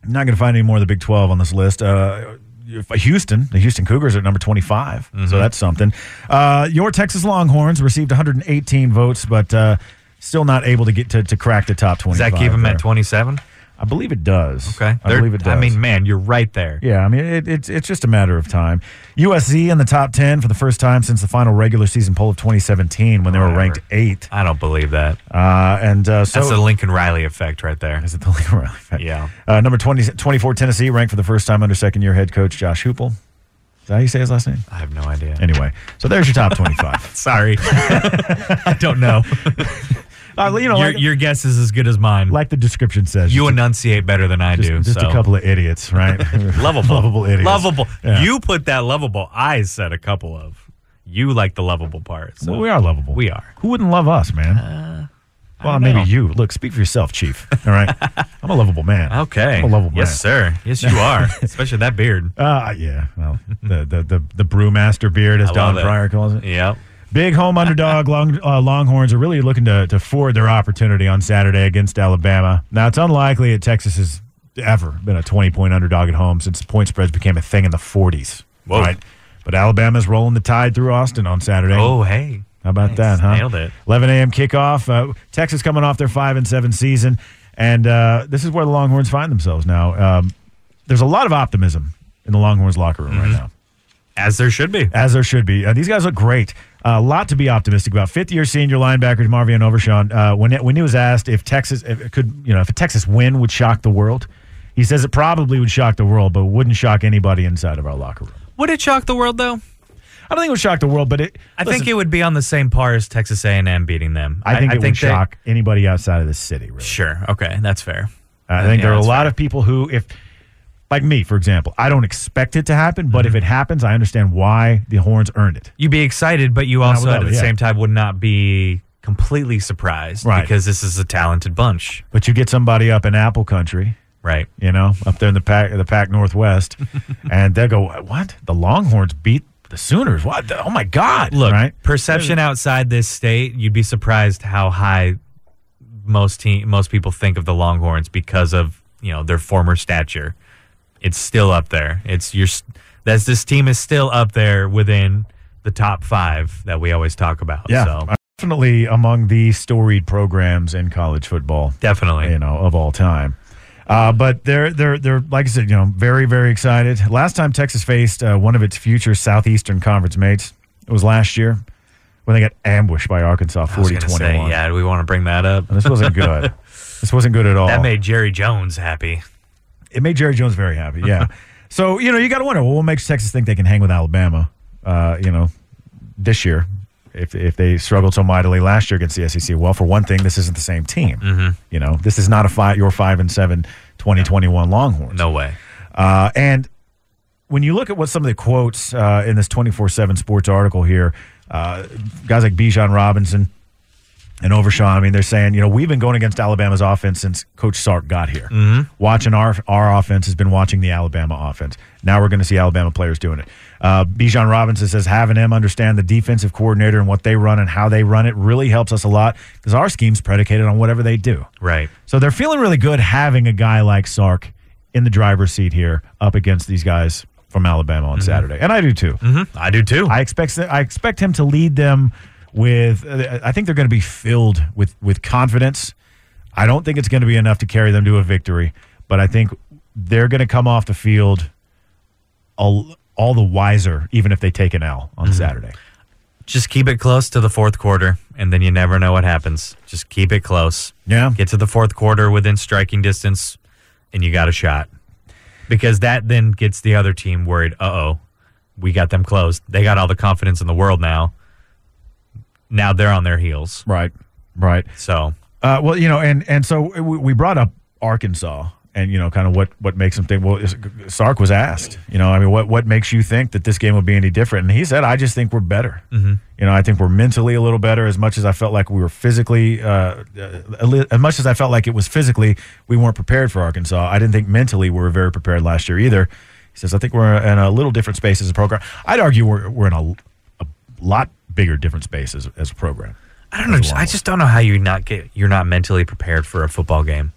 S2: Not going to find any more of the Big Twelve on this list. Uh, if- Houston, the Houston Cougars are at number 25,
S3: Mm-hmm.
S2: so that's something. Uh, your Texas Longhorns received 118 votes, but uh, still not able to get to, to crack the top 25.
S3: Does that keep him
S2: there.
S3: at twenty seven?
S2: I believe it does.
S3: Okay.
S2: I
S3: They're-
S2: believe it does.
S3: I mean, man, you're right there.
S2: Yeah, I mean, it, it's it's just a matter of time. USC in the top ten for the first time since the final regular season poll of 2017, when they were
S3: Whatever.
S2: ranked eighth.
S3: I don't believe that.
S2: Uh, and uh, so
S3: That's the Lincoln Riley effect right there.
S2: is it the Lincoln Riley effect?
S3: Yeah.
S2: Uh, number 20, 24, Tennessee ranked for the first time under second year head coach Josh Hoople. Is that how you say his last name?
S3: I have no idea.
S2: Anyway, so there's your top 25.
S3: Sorry, I don't know.
S2: uh, you know,
S3: Your,
S2: like,
S3: your guess is as good as mine.
S2: like the description says,
S3: you
S2: just,
S3: enunciate better than I
S2: just,
S3: do.
S2: just
S3: so.
S2: a couple of idiots, right?
S3: lovable,
S2: lovable idiots.
S3: lovable.
S2: Yeah.
S3: You put that lovable. I said a couple of. You like the lovable part. So
S2: Well, we are lovable.
S3: We are. Uh,
S2: Who wouldn't love us, man? well,
S3: don't
S2: maybe
S3: know.
S2: you. Look, speak for yourself, Chief. All right, I'm a lovable man.
S3: Okay.
S2: I'm a lovable man.
S3: yes, sir. Yes, you are. Especially that beard.
S2: Uh, yeah. Well, the, the the the brewmaster beard, as
S3: I
S2: Don
S3: love it.
S2: Fryer calls it.
S3: Yep.
S2: Big home underdog long, uh, Longhorns are really looking to, to forward their opportunity on Saturday against Alabama. Now, it's unlikely that Texas has ever been a 20 point underdog at home since point spreads became a thing in the 40s.
S3: Whoa.
S2: But Alabama's rolling the tide through Austin on Saturday.
S3: Oh, hey.
S2: How about
S3: Nice.
S2: that, huh?
S3: Nailed it.
S2: 11 a.m. kickoff. Uh, Texas coming off their 5 and 7 season. And uh, this is where the Longhorns find themselves now. Um, there's a lot of optimism in the Longhorns locker room
S3: Mm-hmm.
S2: right now
S3: As there should be.
S2: as there should be. Uh, these guys look great. A lot to be optimistic about. Fifth-year senior linebacker Marvion Overshawn. Uh, when it, when he was asked if Texas if it could, you know, if a Texas win would shock the world, he says it probably would shock the world, but wouldn't shock anybody inside of our locker room.
S3: Would it shock the world though?
S2: I don't think it would shock the world, but it.
S3: I think it would be on the same par as Texas A&M beating them.
S2: I think it would
S3: they-
S2: shock anybody outside of this city. Really,
S3: Sure. Okay, that's fair.
S2: I think
S3: Yeah,
S2: there are a
S3: that's
S2: lot of people who, if like me, for example, I don't expect it to happen, but if
S3: Mm-hmm.
S2: it happens, I understand why the horns earned it.
S3: You'd be excited, but you
S2: would
S3: also
S2: love
S3: at
S2: it,
S3: the
S2: yeah.
S3: same time would not be completely surprised
S2: Right.
S3: because this is a talented bunch,
S2: But you get somebody up in Apple Country.
S3: right?
S2: you know, up there in the pack, the pack Northwest, and they go, "What? The Longhorns beat the Sooners? What? The- oh my God!"
S3: Look,
S2: right?
S3: perception outside this state, you'd be surprised how high most team, most people think of the Longhorns because of you know their former stature. It's still up there. It's your s- that's this team is still up there within the top five that we always talk about.
S2: yeah,
S3: so,
S2: definitely among the storied programs in college football,
S3: definitely.
S2: you know, of all time. Uh, but they're they're they're like I said, you know, very very excited. Last time Texas faced uh, one of its future Southeastern Conference mates, it was last year when they got ambushed by Arkansas,
S3: I was
S2: 40
S3: gonna say,
S2: 21.
S3: yeah, do we want to bring that up?
S2: This wasn't good. this wasn't good at all.
S3: That made Jerry Jones happy.
S2: It made Jerry Jones very happy. Yeah. so you know you got to wonder well, what makes Texas think they can hang with Alabama? Uh, you know, this year, if if they struggled so mightily last year against the SEC. Well, for one thing, this isn't the same team. You know, this is not a five your five and seven 2021 Longhorns.
S3: No way.
S2: Uh, and when you look at what some of the quotes uh, in this 24 7 sports article here, uh, guys like Bijan Robinson and Overshawn, I mean, they're saying, you know, we've been going against Alabama's offense since Coach Sark got here. Watching our, our offense has been watching the Alabama offense. Now we're going to see Alabama players doing it. Uh, Bijan Robinson says having him understand the defensive coordinator and what they run and how they run it really helps us a lot because our scheme's predicated on whatever they do.
S3: Right.
S2: So they're feeling really good having a guy like Sark in the driver's seat here up against these guys from Alabama on Saturday. And I do too.
S3: Mm-hmm. I do too.
S2: I expect I expect him to lead them with uh, I think they're going to be filled with with confidence. I don't think it's going to be enough to carry them to a victory, but I think they're going to come off the field all, all the wiser even if they take an L on Saturday.
S3: Just keep it close to the fourth quarter, and then you never know what happens. Just keep it close.
S2: Yeah.
S3: Get to the fourth quarter within striking distance, and you got a shot. Because that then gets the other team worried. Uh oh, we got them close. They got all the confidence in the world now. Now they're on their heels.
S2: Right. Right.
S3: So
S2: Uh, well, you know, and and so we, we brought up Arkansas and you know, kind of what what makes him think. Well, is- Sark was asked, you know, I mean, what what makes you think that this game would be any different? And he said, I just think we're better. You know, I think we're mentally a little better. As much as I felt like we were physically, uh, uh, a li- as much as I felt like it was physically, we weren't prepared for Arkansas. I didn't think mentally we were very prepared last year either. He says, I think we're in a little different space as a program. I'd argue we're we're in a, a lot bigger different space as, as a program.
S3: I don't know.
S2: That's
S3: just-
S2: a long
S3: I just don't know how you not get you're not mentally prepared for a football game.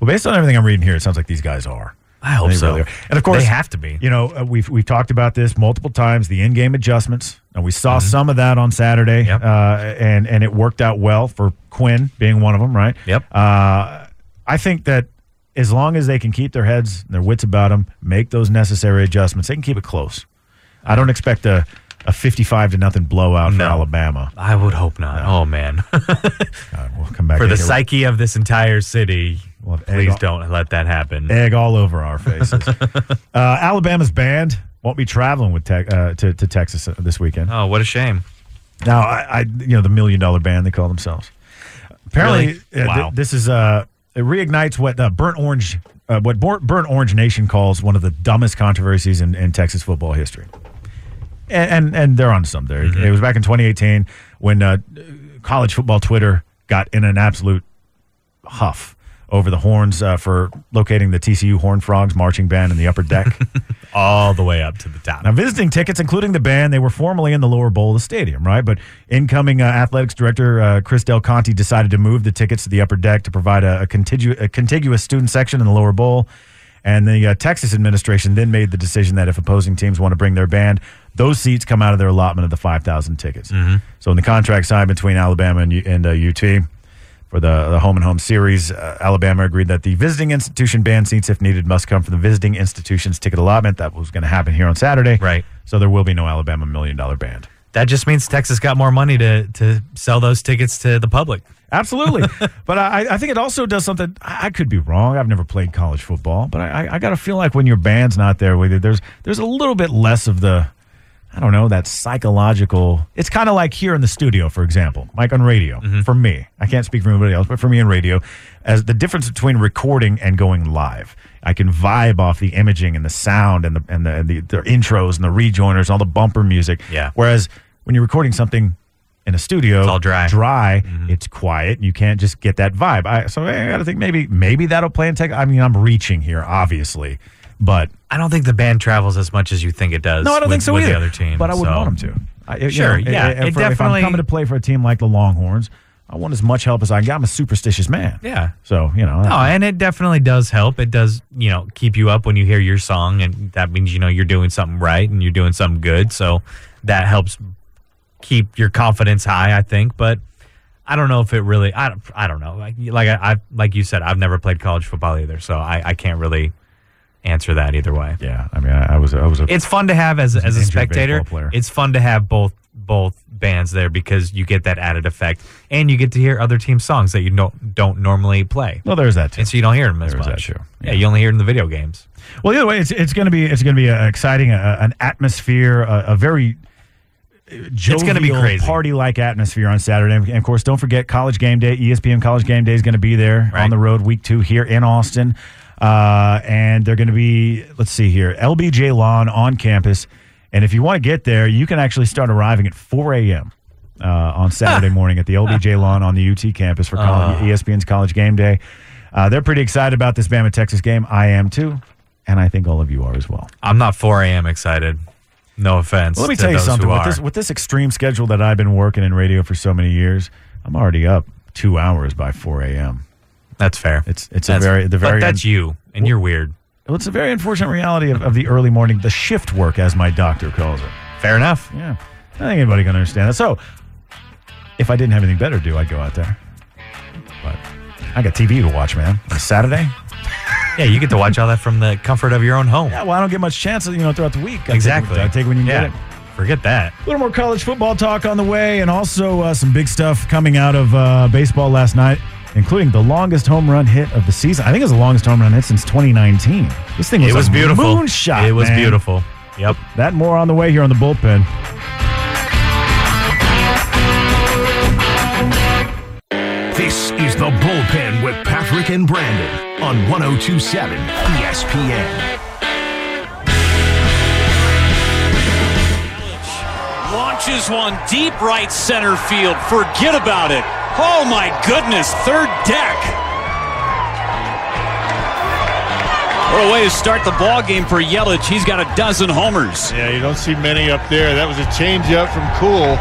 S2: Well, based on everything I'm reading here, it sounds like these guys are.
S3: I hope
S2: They
S3: so.
S2: really are. And of course,
S3: They have to be.
S2: You know, uh, we've we've talked about this multiple times. The in-game adjustments, and we saw some of that on Saturday,
S3: Mm-hmm. Yep.
S2: uh, and and it worked out well for Quinn being one of them, right?
S3: Yep.
S2: Uh, I think that as long as they can keep their heads and their wits about them, make those necessary adjustments, they can keep it close. I don't expect a a 55 to nothing blowout for
S3: No.
S2: Alabama.
S3: I would hope not. Oh man.
S2: God, we'll come back
S3: for
S2: in
S3: the
S2: here.
S3: psyche of this entire city.
S2: Well, if
S3: please
S2: Egg-
S3: don't let that happen.
S2: egg all over our faces. uh, Alabama's band won't be traveling with tech uh, to, to Texas uh, this weekend.
S3: Oh, what a shame.
S2: Now, I, I you know the million dollar band they call themselves. Apparently,
S3: Really?
S2: uh, th-
S3: Wow.
S2: this is uh, it reignites what uh, burnt orange uh, what Bor- burnt orange nation calls one of the dumbest controversies in, in Texas football history. And and, and they're on some there.
S3: Mm-hmm.
S2: It was back in 2018 when uh, college football Twitter got in an absolute huff over the horns uh, for locating the TCU Horn Frogs marching band in the upper deck.
S3: All the way up to the top.
S2: Now, visiting tickets, including the band, they were formerly in the lower bowl of the stadium, right? But incoming uh, athletics director uh, Chris Del Conte decided to move the tickets to the upper deck to provide a, a, contigu- a contiguous student section in the lower bowl. And the uh, Texas administration then made the decision that if opposing teams want to bring their band, those seats come out of their allotment of the 5,000 tickets. So, in the contract signed between Alabama and, U- and uh, UT, for the, the home and home series. Uh, Alabama agreed that the visiting institution band seats, if needed, must come from the visiting institution's ticket allotment. That was going to happen here on Saturday.
S3: Right.
S2: So there will be no Alabama million dollar band.
S3: That just means Texas got more money to to sell those tickets to the public.
S2: Absolutely. but I, I think it also does something. I I could be wrong. I've never played college football, but I, I- I got to feel like when your band's not there with you, there's, there's a little bit less of the, I don't know, that psychological. It's kind of like here in the studio, for example, like on radio, for me. I can't speak for anybody else, but for me in radio, as the difference between recording and going live. I can vibe off the imaging and the sound and the, and the, and the, the intros and the rejoiners and all the bumper music.
S3: Yeah.
S2: Whereas when you're recording something, in a studio,
S3: It's all dry.
S2: Oh,
S3: Mm-hmm.
S2: dry. It's quiet. You can't just get that vibe. I, so I got to think maybe maybe that'll play in tech. I mean, I'm reaching here, obviously, but
S3: I don't think the band travels as much as you think it does.
S2: no, I don't
S3: with-
S2: think so
S3: with
S2: either.
S3: The other team,
S2: but I would
S3: so-
S2: want them to. I, you
S3: Sure,
S2: know,
S3: yeah,
S2: i- i-
S3: it
S2: for- if I'm
S3: definitely-
S2: coming to play for a team like the Longhorns, I want as much help as I can. I'm a superstitious man.
S3: Yeah.
S2: So you know.
S3: No, and it definitely does help. It does, you know, keep you up when you hear your song, and that means you know you're doing something right and you're doing something good. So that helps keep your confidence high, I think. But I don't know if it really. I don't. I don't know. Like, like I, I like you said, I've never played college football either, so I, I can't really answer that either way.
S2: yeah. I mean, I, I was I was a
S3: It's fun to have as as a
S2: injured
S3: spectator.
S2: baseball player.
S3: It's fun to have both both bands there because you get that added effect, and you get to hear other team songs that you don't don't normally play
S2: well. There's that too.
S3: and so you don't hear them as
S2: There is
S3: much.
S2: that too.
S3: Yeah.
S2: Yeah.
S3: you only hear it in the video games.
S2: Well, either way, it's it's going to be it's going to be uh exciting, uh an atmosphere, a, a very uh, jovial,
S3: gonna be crazy.
S2: party-like atmosphere on Saturday. And of course, don't forget College Game Day. E ESPN College Game Day is going to be there
S3: Right.
S2: on the road week two here in Austin, uh, and they're going to be let's see here LBJ Lawn on campus. And if you want to get there, you can actually start arriving at 4 a.m. Uh, on Saturday morning at the LBJ Lawn on the UT campus for college,
S3: Uh.
S2: E ESPN's College Game Day. Uh, they're pretty excited about this Bama Texas game. I am too, and I think all of you are as well.
S3: I'm not 4 a.m. excited. No offense.
S2: Well, let me
S3: to
S2: tell you
S3: those who
S2: something. With
S3: are.
S2: this, with this extreme schedule that I've been working in radio for so many years, I'm already up two hours by 4 a.m.
S3: that's fair.
S2: It's it's
S3: That's-
S2: a very the very
S3: But that's you, and you're weird.
S2: well, it's a very unfortunate reality of, of the early morning, the shift work, as my doctor calls it.
S3: Fair enough.
S2: Yeah, I don't think anybody can understand that. So, if I didn't have anything better to do, I'd go out there. But I got TV to watch, man. On Saturday.
S3: Yeah, you get to watch all that from the comfort of your own home.
S2: Yeah, well, I don't get much chance, you know, throughout the week. I take-
S3: exactly.
S2: I take when you can
S3: yeah.
S2: get it.
S3: Forget that.
S2: A little more college football talk on the way, and also uh, some big stuff coming out of uh, baseball last night, including the longest home run hit of the season. I think it's the longest home run hit since 2019. This thing was,
S3: It was
S2: a
S3: beautiful.
S2: Moonshot.
S3: It was
S2: man.
S3: beautiful. Yep.
S2: That and more on the way here on the bullpen.
S1: This is The Bullpen with Patrick and Brandon on 1027 ESPN.
S4: Launches one deep right center field. Forget about it. Oh my goodness, third deck. What a way to start the ball game for Yelich. He's got a dozen homers.
S5: Yeah, you don't see many up there. That was a changeup from Cool.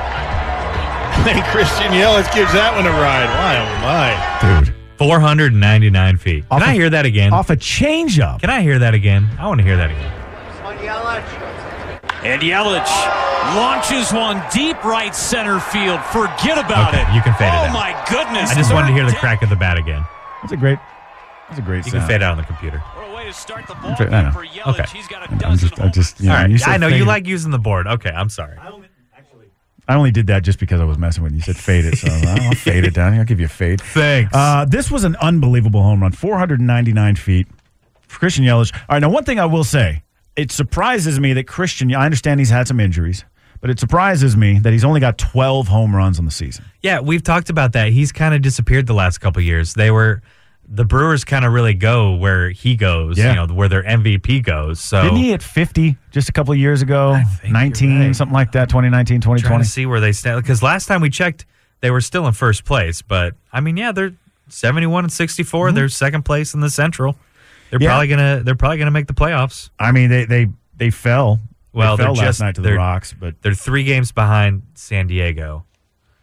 S5: And Christian Yelich gives that one a ride. Why, oh my.
S2: dude.
S3: 499 feet. Can
S2: Off
S3: I
S2: a-
S3: hear that again?
S2: Off a changeup.
S3: Can I hear that again? I want to hear that again.
S4: And Yelich launches one deep right center field. Forget about
S3: Okay,
S4: it.
S3: you can fade it
S4: Oh
S3: out.
S4: my goodness.
S3: I just wanted to
S4: third
S3: hear the
S4: deck.
S3: crack of the bat again.
S2: That's a great. That's a great
S3: You
S2: sound.
S3: can fade out on the computer.
S4: What a way to start the ball
S2: Okay, I
S4: game
S2: know.
S4: for Yelich.
S3: Okay.
S4: He's got a
S2: I'm
S4: dozen
S2: just, I just, you
S3: All right.
S2: you
S3: I
S2: said
S3: know
S2: fade
S3: you
S2: it.
S3: like using the board. Okay, I'm sorry.
S2: I only did that just because I was messing with you. You said fade it, so I'm like, I'll fade it down. here. I'll give you a fade.
S3: Thanks.
S2: Uh, this was an unbelievable home run, 499 feet. For Christian Yelich. All right, now one thing I will say, it surprises me that Christian. I understand he's had some injuries, but it surprises me that he's only got 12 home runs on the season.
S3: Yeah, we've talked about that. He's kind of disappeared the last couple years. They were the Brewers kind of really go where he goes,
S2: Yeah.
S3: you know, where their MVP goes. So
S2: Didn't he hit 50 just a couple of years ago?
S3: Oh. you're
S2: 19,
S3: right.
S2: something like that, 2019,
S3: trying
S2: 2020.
S3: to see where they stand because last time we checked, they were still in first place. But I mean, yeah, they're seventy-one and 64 they They're second place in the Central. They're
S2: Mm-hmm. Yeah.
S3: probably gonna they're probably gonna make the playoffs.
S2: I mean, they they they fell.
S3: Well,
S2: they
S3: they're
S2: fell last
S3: just-
S2: night to the
S3: they're-
S2: Rocks, but
S3: They're three games behind San Diego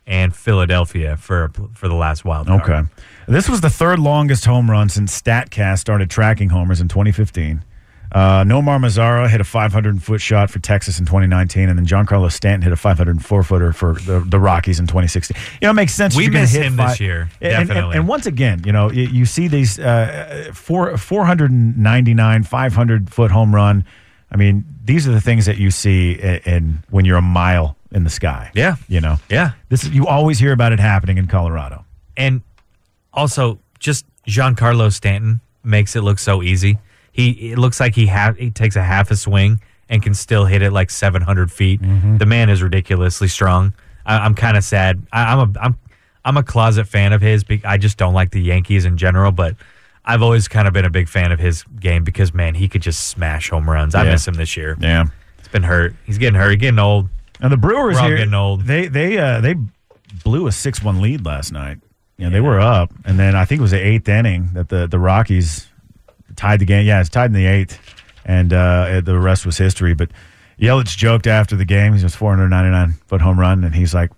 S3: and Philadelphia for for the last wild card.
S2: Okay. This was the third longest home run since StatCast started tracking homers in 2015. Uh, Nomar Mazzara hit a 500 foot shot for Texas in 2019, and then Giancarlo Stanton hit a 504 footer for the, the Rockies in 2016. You know, it makes sense. if
S3: We
S2: you're gonna
S3: miss
S2: hit
S3: him
S2: fi-
S3: this year,
S2: And- and-
S3: definitely.
S2: And, once again, you know, you, you see these uh, four, 499, 500 foot home run. I mean, these are the things that you see in, in when you're a mile in the sky.
S3: Yeah.
S2: You know,
S3: Yeah.
S2: this you always hear about it happening in Colorado.
S3: and also just Giancarlo Stanton makes it look so easy. He it looks like he ha- he takes a half a swing and can still hit it like 700 feet.
S2: Mm-hmm.
S3: The man is ridiculously strong. I, I'm kind of sad. I, I'm a I'm I'm a closet fan of his. Be- I just don't like the Yankees in general, but I've always kind of been a big fan of his game because man, he could just smash home runs. I
S2: Yeah.
S3: miss him this year.
S2: Yeah.
S3: He's been hurt. He's getting hurt. He's getting old.
S2: Now the Brewers
S3: We're all
S2: here,
S3: getting old.
S2: They they uh, they blew a six one lead last night. You know, they were up, and then I think it was the eighth inning that the the Rockies tied the game. Yeah, it's tied in the eighth, and uh, the rest was history. But Yelich joked after the game. He was 499 foot home run, and he's like,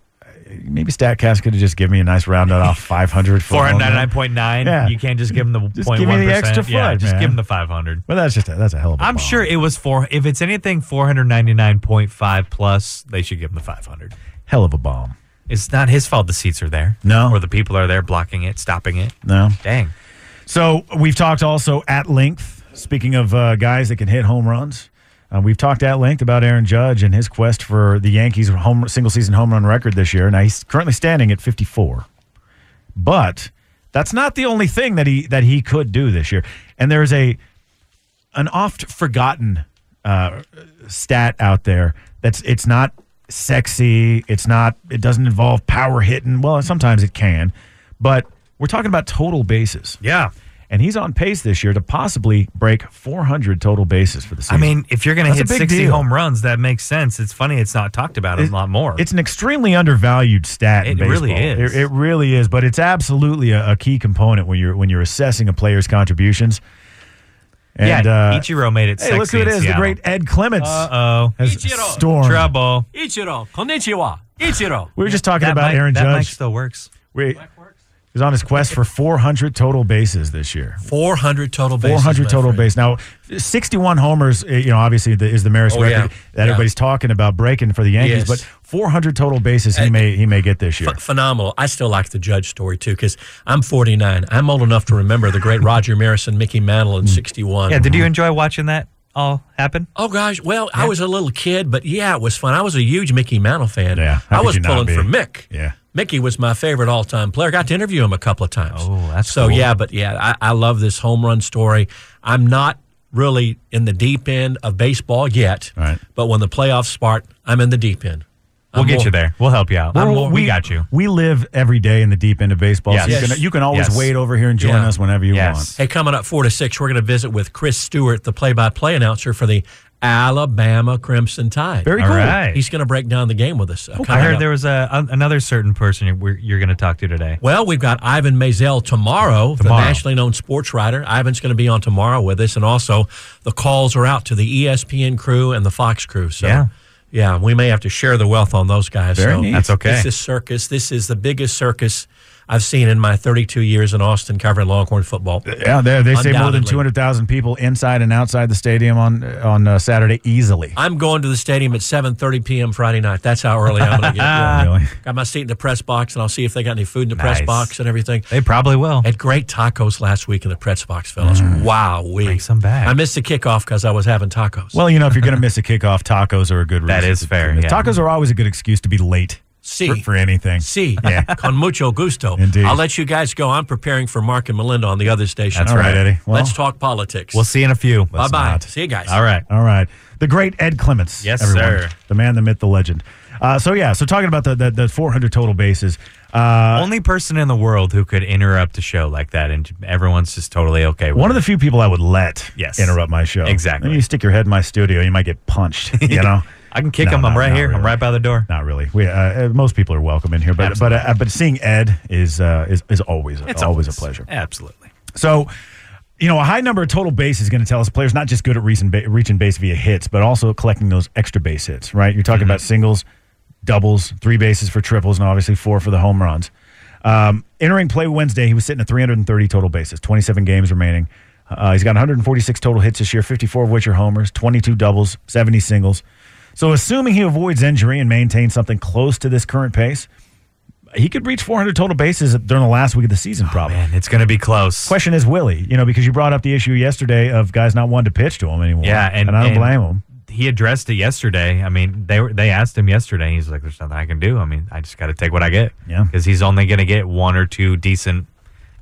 S2: maybe Statcast could have just given me a nice round out off 500 foot home run."
S3: 499.9.
S2: Yeah.
S3: You can't just give him the
S2: Just
S3: 0.1%.
S2: give me the extra
S3: yeah,
S2: foot,
S3: just
S2: man.
S3: give him the 500.
S2: Well, that's just a, that's a hell of a.
S3: I'm
S2: bomb.
S3: sure it was four. If it's anything 499.5 plus, they should give him the 500.
S2: hell of a bomb.
S3: It's not his fault the seats are there.
S2: No.
S3: Or the people are there blocking it, stopping it.
S2: No,
S3: Dang.
S2: So we've talked also at length. Speaking of uh, guys that can hit home runs, uh, we've talked at length about Aaron Judge and his quest for the Yankees' home single season home run record this year. Now he's currently standing at 54, but that's not the only thing that he that he could do this year. And there's a an oft forgotten uh, stat out there that's it's not sexy it's not it doesn't involve power hitting well sometimes it can but we're talking about total bases
S3: Yeah.
S2: and he's on pace this year to possibly break 400 total bases for the
S3: I
S2: season.
S3: mean, if you're going to
S2: That's a
S3: hit
S2: big
S3: 60
S2: deal.
S3: home runs, that makes sense. It's funny it's not talked about a lot more.
S2: it's an extremely undervalued stat. in
S3: It really
S2: baseball.
S3: is.
S2: It, it really is, but it's absolutely a, a key component when you're when you're assessing a player's contributions. And
S3: yeah,
S2: uh,
S3: Ichiro made it
S2: hey, look
S3: sexy
S2: who it
S3: in
S2: is! The
S3: Seattle. Uh,
S2: great Ed Clements
S3: Uh-oh.
S2: has
S4: Ichiro.
S2: stormed.
S3: Trouble.
S4: Ichiro, konnichiwa. Ichiro.
S2: We were just talking
S3: That
S2: about
S3: mic-
S2: Aaron
S3: that mic
S2: Judge.
S3: still works.
S2: We, he's on his quest for 400 total bases this year.
S6: 400 total bases.
S2: 400
S6: my
S2: total
S6: friend.
S2: base. Now, 61 homers, eh, you know, obviously the, is the Maris
S6: Oh,
S2: record
S6: yeah.
S2: that
S6: Yeah.
S2: everybody's talking about breaking for the Yankees,
S6: Yes.
S2: but 400 total bases he may he may get this year.
S6: Ph- phenomenal. I still like the Judge story too because I'm 49. I'm old enough to remember the great Roger Maris and Mickey Mantle in 61.
S3: Yeah, did you enjoy watching that all happen?
S6: Oh gosh, well, I was a little kid, but yeah, it was fun. I was a huge Mickey Mantle fan.
S2: Yeah, how
S6: I
S2: could
S6: was
S2: you not
S6: pulling
S2: be?
S6: for Mick.
S2: Yeah.
S6: Mickey was my favorite all-time player. Got to interview him a couple of times.
S3: Oh, that's
S6: so.
S3: cool.
S6: Yeah, but yeah, I, I love this home run story. I'm not really in the deep end of baseball yet,
S2: Right.
S6: but when the playoffs start, I'm in the deep end.
S3: We'll
S6: I'm
S3: get
S6: more-
S3: you there. We'll help you out.
S2: We're-
S3: we, got you.
S2: We live every day in the deep end of baseball. So
S3: Yes.
S2: you, can, you can always
S3: Yes.
S2: wade over here and join
S6: Yeah.
S2: us whenever you
S3: Yes.
S2: want.
S6: Hey, coming up four to six, we're going to visit with Chris Stewart, the play-by-play announcer for the Alabama Crimson Tide.
S2: Very
S3: All
S2: cool.
S3: right.
S6: He's going to break down the game with us. uh,
S3: Oh, I
S6: coming
S3: heard
S6: up.
S3: there was a, an- another certain person you're, we're- you're going to talk to today.
S6: Well, we've got Ivan Mazel tomorrow,
S3: Tomorrow.
S6: the nationally known sports writer. Ivan's going to be on tomorrow with us, and also the calls are out to the E ESPN crew and the Fox crew. So,
S3: Yeah.
S6: yeah, we may have to share the wealth on those guys.
S2: Very
S6: so
S2: neat.
S3: That's okay.
S6: This is circus. This is the biggest circus I've seen in my 32 years in Austin covering Longhorn football.
S2: Yeah, they, they say more than
S6: Undoubtedly.
S2: 200,000 people inside and outside the stadium on on uh, Saturday easily.
S6: I'm going to the stadium at 7:30 p.m. Friday night. That's how early I'm going to get. there.
S2: Really?
S6: Got my seat in the press box, and I'll see if they got any food in the press
S3: Nice.
S6: box and everything.
S3: They probably will.
S6: Had great tacos last week in the Pretz Box, fellas.
S2: Mm.
S6: Wow, we
S3: Bring some back.
S6: I missed the kickoff because I was having tacos.
S2: Well, you know, if you're going to miss a kickoff, tacos are a good reason.
S3: That is
S2: to- to
S3: fair,
S2: miss.
S3: yeah.
S2: Tacos are always a good excuse to be late
S6: See.
S2: for, for anything.
S6: see, con mucho gusto.
S2: Indeed.
S6: I'll let you guys go. I'm preparing for Mark and Melinda on the other station.
S3: That's
S2: All right, Eddie. Well-
S6: Let's talk politics.
S3: we'll see in a few.
S6: bye bye.
S2: not.
S6: See you guys.
S3: All right.
S2: All right. The great Ed Clements.
S3: Yes, sir.
S2: The man, the myth, the legend. Uh, so, yeah, so talking about the, the, the 400 total bases. Uh,
S3: Only person in the world who could interrupt a show like that, and everyone's just totally okay. With
S2: one of
S3: it.
S2: the few people I would let
S3: Yes.
S2: interrupt my show.
S3: Exactly.
S2: When you stick your head in my studio, you might get punched, you know?
S3: I can kick
S2: No,
S3: him. I'm
S2: no,
S3: right
S2: not
S3: here. I'm
S2: really.
S3: right by the door.
S2: Not really. We, uh, uh, most people are welcome in here, but but uh, but seeing Ed is uh, is is always
S3: It's
S2: always a pleasure.
S3: Absolutely.
S2: So, you know, a high number of total bases is going to tell us players not just good at recent ba- reaching base via hits, but also collecting those extra base hits, right? You're talking about singles, doubles, three bases for triples, and obviously four for the home runs. Um, entering play Wednesday, he was sitting at 330 total bases, 27 games remaining. Uh, he's got 146 total hits this year, 54 of which are homers, 22 doubles, 70 singles. So, assuming he avoids injury and maintains something close to this current pace, he could reach 400 total bases during the last week of the season, probably.
S3: Man, it's going to be close.
S2: Question is Willie, you know, because you brought up the issue yesterday of guys not wanting to pitch to him anymore.
S3: Yeah, and,
S2: I don't
S3: and
S2: blame him.
S3: He addressed it yesterday. I mean, they were they asked him yesterday. He's like, "There's nothing I can do. I mean, I just got to take what I get."
S2: Yeah.
S3: because he's only going to get one or two decent,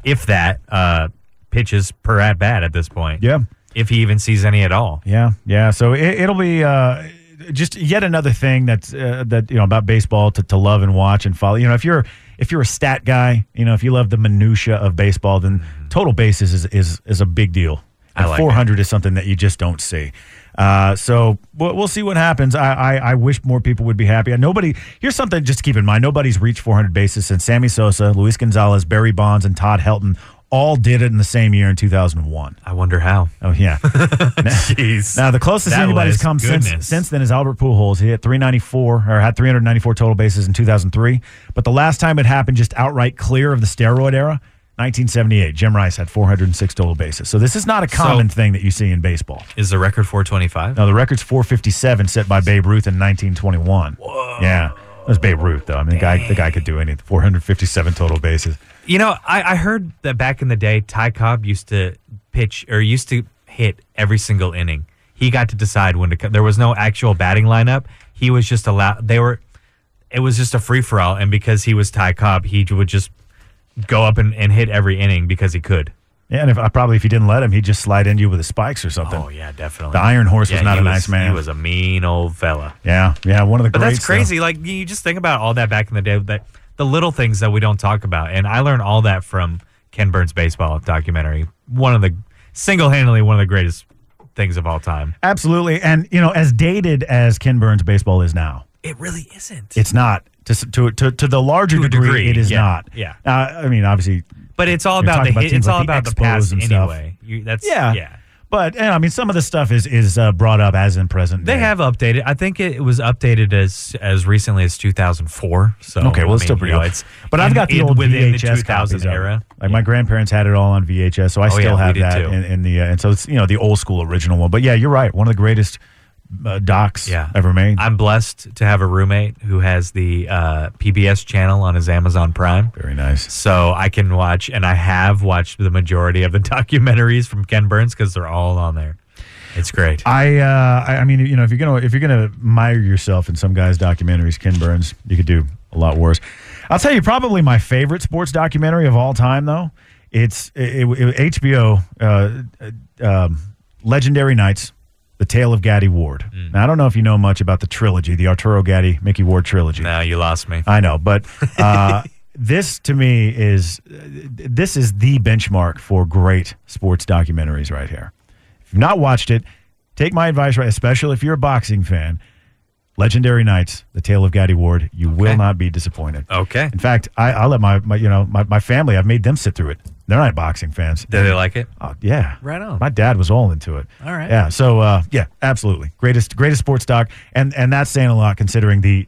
S3: if that, uh, pitches per at bat at this point.
S2: Yeah.
S3: if he even sees any at all.
S2: Yeah, yeah. So it, it'll be uh, just yet another thing that's uh, that you know about baseball to, to love and watch and follow. You know, if you're if you're a stat guy, you know, if you love the minutia of baseball, then total bases is is, is a big deal.
S3: Mm-hmm. I
S2: And
S3: like
S2: 400 is something that you just don't see. Uh, so we'll, we'll see what happens. I, I, I wish more people would be happy. Nobody here's something just to keep in mind. Nobody's reached 400 bases since Sammy Sosa, Luis Gonzalez, Barry Bonds, and Todd Helton all did it in the same year in 2001.
S3: I wonder how.
S2: Oh yeah.
S3: Jeez.
S2: Now the closest
S3: That
S2: anybody's
S3: was
S2: come since
S3: goodness.
S2: since then is Albert Pujols. He hit 394 or had 394 total bases in 2003. But the last time it happened, just outright clear of the steroid era, 1978. Jim Rice had 406 total bases. So this is not a common thing that you see in baseball.
S3: Is the record 425?
S2: Now the record's 457 set by Babe Ruth in 1921. Whoa. Yeah, it was Babe Ruth though. I mean, the guy the guy could do anything. 457 total bases.
S3: You know, I, I heard that back in the day, Ty Cobb used to pitch or used to hit every single inning. He got to decide when to. co- There was no actual batting lineup. He was just allowed. They were. It was just a free for all, and because he was Ty Cobb, he would just go up and, and hit every inning because he could.
S2: Yeah, and if I probably if you didn't let him, he'd just slide into you with his spikes or something.
S3: Oh yeah, definitely.
S2: The Iron Horse was not
S3: he
S2: a nice man.
S3: He was a mean old fella.
S2: Yeah, yeah, one of the
S3: But
S2: greats.
S3: that's
S2: though.
S3: crazy. Like you just think about all that back in the day, that the little things that we don't talk about, and I learned all that from Ken Burns' baseball documentary. One of the single-handedly one of the greatest things of all time.
S2: Absolutely. And, you know, as dated as Ken Burns baseball is now,
S3: It really isn't.
S2: it's not. To, s- to, to, to the larger
S3: To a
S2: degree,
S3: degree,
S2: it is
S3: yeah,
S2: not.
S3: yeah.
S2: Uh, I mean, obviously,
S3: but it's all
S2: You're
S3: about the.
S2: talking about
S3: hit-
S2: teams
S3: it's
S2: like
S3: all
S2: the
S3: about the
S2: Expos
S3: past
S2: and stuff.
S3: anyway. You, that's
S2: yeah.
S3: yeah.
S2: But, and, I mean, some of the stuff is, is uh, brought up as in present.
S3: They
S2: day.
S3: have updated. I think it was updated as as recently as 2004. So
S2: Okay, well,
S3: I
S2: it's still
S3: mean,
S2: pretty
S3: you know,
S2: old.
S3: it's
S2: but I've
S3: in-
S2: got the
S3: in-
S2: old
S3: within
S2: VHS
S3: the 2000
S2: copies of it.
S3: era. Oh,
S2: Like my grandparents had it all on VHS, so I
S3: yeah,
S2: still
S3: we
S2: have
S3: did
S2: that
S3: too.
S2: in, in the uh, and so it's you know the old school original one. But yeah, you're right. One of the greatest uh, docs
S3: yeah.
S2: ever made.
S3: I'm blessed to have a roommate who has the uh, PBS channel on his Amazon Prime.
S2: Very nice.
S3: So I can watch, and I have watched the majority of the documentaries from Ken Burns because they're all on there. It's great.
S2: I, uh, I I mean, you know, if you're gonna if you're gonna mire yourself in some guy's documentaries, Ken Burns, you could do a lot worse. I'll tell you, probably my favorite sports documentary of all time, though. It's it, it, HBO uh, uh, um, Legendary Nights. The Tale of Gaddy Ward. Now, I don't know if you know much about the trilogy, the Arturo Gaddy Mickey Ward trilogy.
S3: Now you lost me.
S2: I know, but uh, this to me is this is the benchmark for great sports documentaries right here. If you've not watched it, take my advice right, especially if you're a boxing fan. Legendary Nights, The Tale of Gaddy Ward. You will not be disappointed.
S3: Okay.
S2: In fact, I, I let my, my you know my, my family. I've made them sit through it. They're not boxing fans.
S3: Did they like it?
S2: Uh, yeah.
S3: Right on.
S2: My dad was all into it.
S3: All right.
S2: Yeah. So uh, yeah, absolutely. Greatest greatest sports doc and and that's saying a lot considering the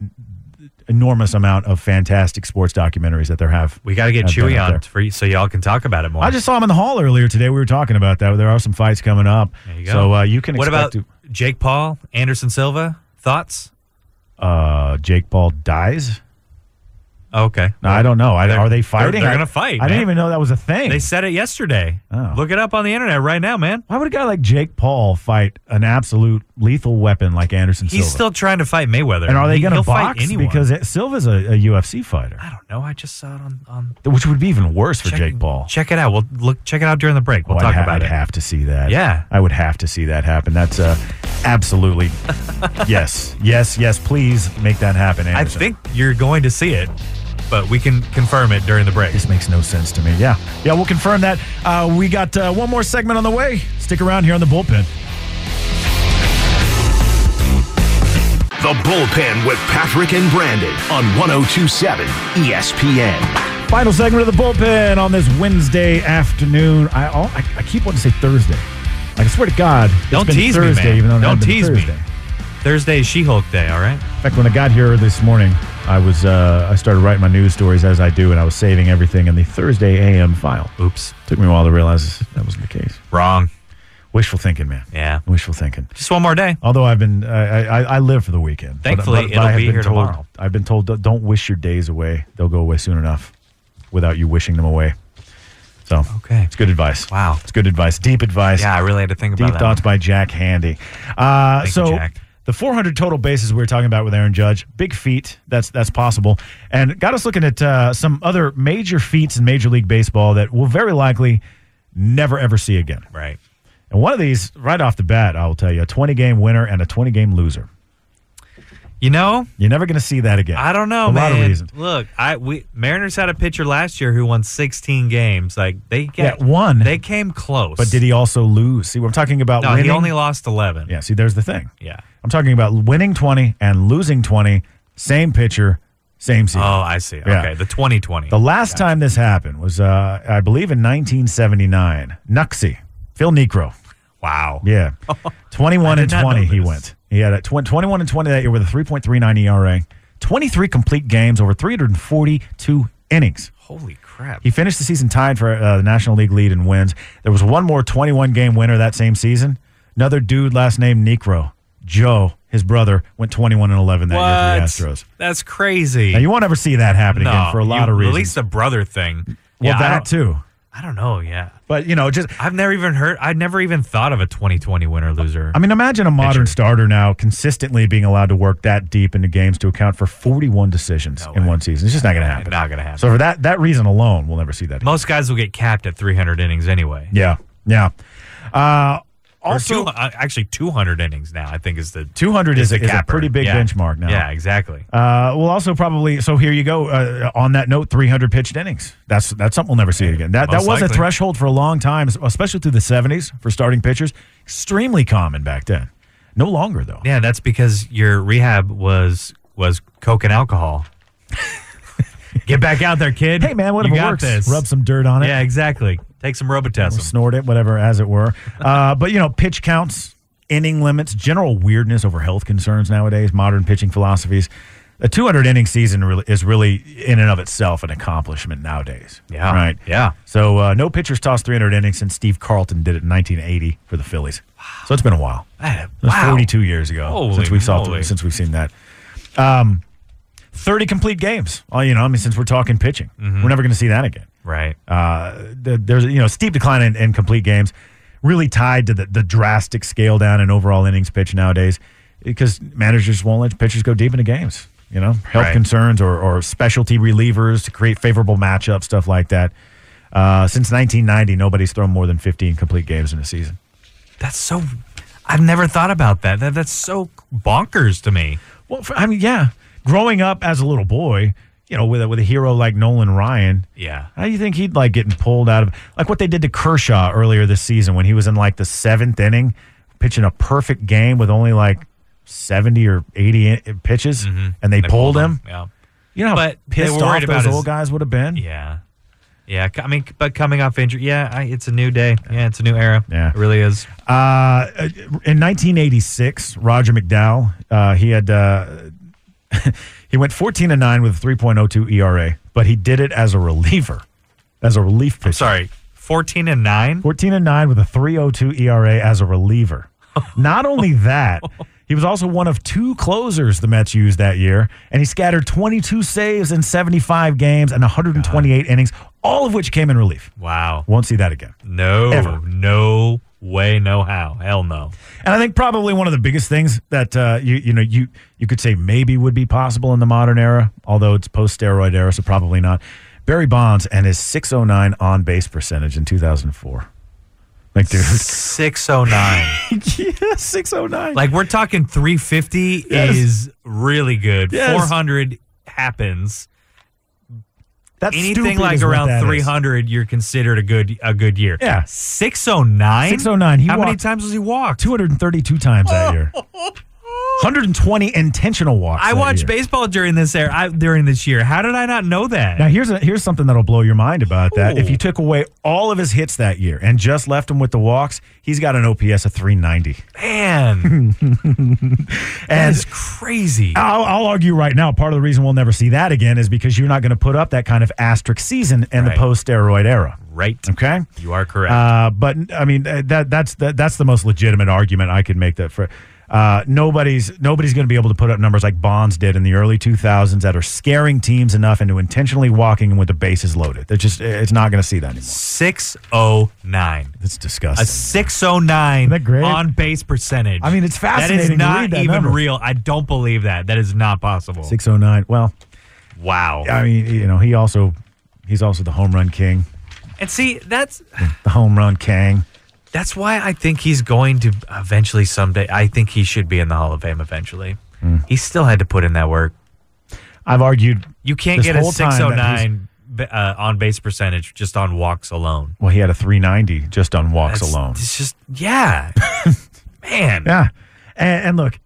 S2: enormous amount of fantastic sports documentaries that there have.
S3: We got to get
S2: have been
S3: Chewy
S2: out
S3: on
S2: there.
S3: for you so y'all can talk about it more.
S2: I just saw him in the hall earlier today. We were talking about that. There are some fights coming up.
S3: there you go.
S2: So uh, you can
S3: What about
S2: expect to-
S3: Jake Paul, Anderson Silva? Thoughts?
S2: uh, Jake Paul dies?
S3: Okay.
S2: No, I don't know. I,
S3: They're-
S2: are they
S3: they're-
S2: fighting?
S3: they're
S2: I-
S3: gonna fight,
S2: I didn't
S3: man.
S2: even know that was a thing.
S3: They said it yesterday.
S2: Oh.
S3: Look it up on the internet right now, man.
S2: Why would a guy like Jake Paul fight an absolute lethal weapon like Anderson
S3: He's
S2: Silva?
S3: still trying to fight Mayweather.
S2: and are they
S3: He-
S2: going to
S3: he'll fight
S2: box?
S3: anyone.
S2: Because it, Silva's a, a UFC fighter,
S3: I don't know. I just saw it on on
S2: which would be even worse for
S3: check-
S2: Jake Paul.
S3: Check it out. We'll look. Check it out during the break. We'll
S2: Oh,
S3: talk
S2: I'd ha-
S3: about
S2: I'd
S3: it.
S2: have to see that.
S3: Yeah.
S2: I would have to see that happen. That's uh, absolutely yes, yes, yes. Please make that happen.
S3: I
S2: Anderson.
S3: think you're going to see it, but we can confirm it during the break.
S2: this makes no sense to me. Yeah, yeah. We'll confirm that. Uh, we got uh, one more segment on the way. Stick around here on the bullpen.
S1: The bullpen with Patrick and Brandon on 1027 ESPN.
S2: Final segment of the bullpen on this Wednesday afternoon. I all, I, I keep wanting to say Thursday. Like I swear to God, it's
S3: Don't
S2: been
S3: tease me,
S2: Thursday,
S3: man.
S2: even though it
S3: Don't
S2: hasn't been
S3: tease me.
S2: Thursday.
S3: Thursday is She-Hulk Day. All right.
S2: In fact, when I got here this morning, I was uh, I started writing my news stories as I do, and I was saving everything in the Thursday AM file.
S3: Oops.
S2: Took me a while to realize that wasn't the case.
S3: Wrong.
S2: Wishful thinking, man.
S3: Yeah.
S2: Wishful thinking.
S3: Just one more day.
S2: Although I've been, I, I, I live for the weekend. But- but,
S3: Thankfully,
S2: but
S3: it'll
S2: I have
S3: be
S2: been
S3: here
S2: told,
S3: tomorrow.
S2: I've been told, "Don't- don't wish your days away; they'll go away soon enough, without you wishing them away. So,
S3: Okay.
S2: it's good advice.
S3: Wow.
S2: it's good advice. Deep advice.
S3: Yeah, I really had to think about
S2: Deep
S3: that.
S2: Thoughts by Jack Handy. Uh,
S3: you,
S2: so
S3: Jack.
S2: the 400 total bases we were talking about with Aaron Judge, big feat. That's that's possible, and got us looking at uh, some other major feats in Major League Baseball that we'll very likely never ever see again.
S3: one. Right.
S2: And one of these, right off the bat, I will tell you, a 20 game winner and a 20 game loser.
S3: You know,
S2: You're never going to see that again.
S3: I don't know,
S2: A
S3: man.
S2: lot of reasons.
S3: Look, I we Mariners had a pitcher last year who won 16 games. Like they get
S2: Yeah, one.
S3: They came close.
S2: But did he also lose? See, I'm talking about
S3: No,
S2: winning.
S3: he only lost 11.
S2: yeah, see, there's the thing.
S3: Yeah.
S2: I'm talking about winning 20 and losing 20, same pitcher, same season.
S3: Oh, I see. Okay,
S2: Yeah.
S3: the 2020.
S2: The last time this happened was, uh, I believe, in 1979. Nuxie, Phil Necro.
S3: wow.
S2: Yeah. 21
S3: I
S2: and
S3: did not know
S2: 20, he
S3: this.
S2: went. He had a tw- 21 and 20 that year with a 3.39 ERA, 23 complete games over 342 innings.
S3: Holy crap.
S2: He finished the season tied for uh, the National League lead in wins. There was one more 21 game winner that same season. Another dude, last name Necro. Joe, his brother, went 21 and 11 that year for the Astros.
S3: That's crazy.
S2: Now, you won't ever see that happen
S3: No,
S2: again for a lot
S3: you-
S2: of reasons.
S3: At least the brother thing.
S2: well,
S3: yeah, I
S2: that
S3: don't-
S2: too.
S3: I don't know. Yeah.
S2: But, you know, just
S3: I've never even heard. I'd never even thought of a 2020 winner loser.
S2: I mean, imagine a modern starter now consistently being allowed to work that deep into games to account for 41 decisions in one season. It's just not going to happen.
S3: Not gonna happen.
S2: So for that that reason alone, we'll never see that. Again.
S3: Most guys will get capped at 300 innings anyway.
S2: Yeah, yeah. Uh,
S3: Or
S2: also,
S3: two, uh, actually 200 innings now. I think is the
S2: 200 is,
S3: the
S2: a, is a
S3: capper.
S2: pretty big
S3: Yeah.
S2: benchmark now.
S3: Yeah, exactly.
S2: Uh, we'll also probably so here you go uh, on that note 300 pitched innings that's that's something we'll never see again that that
S3: Most
S2: was a
S3: likely.
S2: threshold for a long time especially through the 70s for starting pitchers extremely common back then no longer though
S3: yeah, that's because your rehab was was coke and alcohol. get back out there, kid.
S2: hey man whatever
S3: you got
S2: works
S3: This.
S2: rub some dirt on it
S3: Yeah, exactly. Take some Robitussin.
S2: snort it, whatever, as it were. Uh, but you know, pitch counts, inning limits, general weirdness over health concerns nowadays, modern pitching philosophies. A 200 inning season really, is really, in and of itself, an accomplishment nowadays.
S3: Yeah.
S2: Right.
S3: Yeah.
S2: So uh, no pitchers tossed 300 innings since Steve Carlton did it in 1980 for the Phillies. So it's been a while.
S3: Man,
S2: It was
S3: wow.
S2: 42 years ago
S3: Holy
S2: since we saw
S3: moly.
S2: since we've seen that. Um, 30 complete games. Oh, you know, I mean, since we're talking pitching,
S3: Mm-hmm.
S2: we're never going to see that again
S3: Right. Uh,
S2: Uh, the, there's you know steep decline in, in complete games, really tied to the, the drastic scale down in overall innings pitch nowadays, because managers won't let pitchers go deep into games. You know, health
S3: Right.
S2: concerns or, or specialty relievers to create favorable matchups, stuff like that. Uh, since 1990, nobody's thrown more than 15 complete games in a season.
S3: That's so. I've never thought about that. that. That's so bonkers to me.
S2: Well, for, I mean, yeah. Growing up as a little boy, you know, with a, with a hero like Nolan Ryan,
S3: Yeah.
S2: how do you think he'd like getting pulled out of like what they did to Kershaw earlier this season when he was in like the seventh inning, pitching a perfect game with only like seventy or eighty in- uh, pitches, and they,
S3: Mm-hmm. They
S2: pulled, him.
S3: Yeah.
S2: You know, how
S3: But they
S2: pissed
S3: were
S2: off
S3: worried
S2: those
S3: about his-
S2: old guys would have been.
S3: Yeah. Yeah. c- I mean, c- but coming off injury, yeah, I, it's a new day. Yeah, it's a new era.
S2: Yeah.
S3: It really is.
S2: Uh, in 1986, Roger McDowell, uh, he had uh, he went 14 and nine with a 3.02 ERA, E but he did it as a reliever, as a relief pitcher.
S3: I'm sorry. 14 and 9?
S2: 14 and 9 with a 302 ERA as E a reliever. Not only that, he was also one of two closers the Mets used that year, and he scattered 22 saves in 75 games and 128 innings, all of which came in relief.
S3: Wow.
S2: Won't see that again.
S3: No.
S2: Ever.
S3: No way, no how. Hell no.
S2: And I think probably one of the biggest things that uh, you you know you you could say maybe would be possible in the modern era, although it's post steroid era, so probably not. Barry Bonds and his 609 on base percentage in 2004. Like, dude,
S3: 609.
S2: yeah, 609.
S3: like, we're talking 350
S2: Yes.
S3: is really good.
S2: Yes.
S3: 400 happens.
S2: that's
S3: Anything
S2: stupid
S3: like
S2: is what that
S3: around
S2: is.
S3: 300, you're considered a good a good year.
S2: Yeah.
S3: 609?
S2: 609, he
S3: How many
S2: walked-
S3: times was he walked?
S2: 232 times that year. 120 intentional walks.
S3: I
S2: that
S3: watched
S2: year.
S3: baseball during this era, I, during this year. How did I not know that?
S2: Now here's a, here's something that'll blow your mind about that. If
S3: Ooh.
S2: you took away all of his hits that year and just left him with the walks, he's got an OPS of 390.
S3: Man, that
S2: And
S3: is crazy.
S2: I'll, I'll argue right now, part of the reason we'll never see that again is because you're not going to put up that kind of asterisk season in the
S3: Right.
S2: post steroid era.
S3: Right.
S2: Okay.
S3: You are correct.
S2: Uh, but I mean uh, that that's that, that's the most legitimate argument I could make that for uh, nobody's nobody's going to be able to put up numbers like Bonds did in the early 2000s that are scaring teams enough into intentionally walking with the bases loaded. They're just it's not going to see that anymore.
S3: 609.
S2: It's
S3: A
S2: disgusting.
S3: 609
S2: that great?
S3: on base percentage.
S2: I mean, it's
S3: That
S2: fascinating to
S3: is not
S2: read that
S3: even
S2: number.
S3: real. I don't believe that. That is not possible.
S2: 609. Well,
S3: Wow.
S2: I mean, you know, he also he's also the home run king,
S3: And see, that's
S2: the home run king.
S3: that's why I think he's going to eventually someday. I think he should be in the Hall of Fame eventually.
S2: Hmm.
S3: He still had to put in that work.
S2: I've argued
S3: You can't
S2: This
S3: get a
S2: whole time that he's-
S3: 609 ba- uh, on base percentage just on walks alone.
S2: well, he had a 390 just on walks
S3: That's-
S2: alone.
S3: It's just yeah, man.
S2: Yeah. And, and look,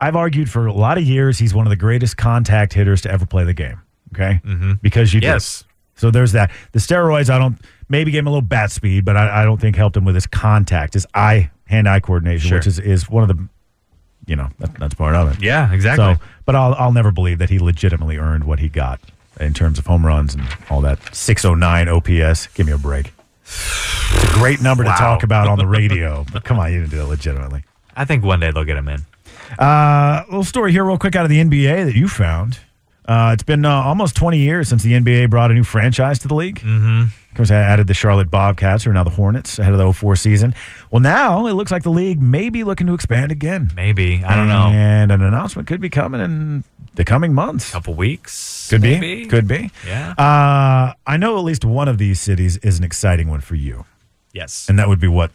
S2: I've argued for a lot of years he's one of the greatest contact hitters to ever play the game. Okay. Mm-hmm. Because you do.
S3: Yes.
S2: So there's that. The steroids, I don't, maybe gave him a little bat speed, but I, I don't think helped him with his contact, his eye, hand eye coordination,
S3: Sure.
S2: which is, is one of the, you know, that, that's part of it.
S3: Yeah, exactly.
S2: So, but I'll, I'll never believe that he legitimately earned what he got in terms of home runs and all that 609 OPS. Give me a break. It's a great number to talk about on the radio, but come on, you didn't do it legitimately.
S3: I think one day they'll get him in.
S2: Uh, little story here, real quick, out of the NBA that you found. Uh, it's been uh, almost 20 years since the NBA brought a new franchise to the league. Mm-hmm. Of course, I added the Charlotte Bobcats, who are now the Hornets, ahead of the 04 season. Well, now it looks like the league may be looking to expand again.
S3: Maybe I don't know.
S2: And an announcement could be coming in the coming months.
S3: couple weeks.
S2: Could be.
S3: maybe?
S2: Could be.
S3: Yeah.
S2: Uh, I know at least one of these cities is an exciting one for you,
S3: yes.
S2: and that would be what?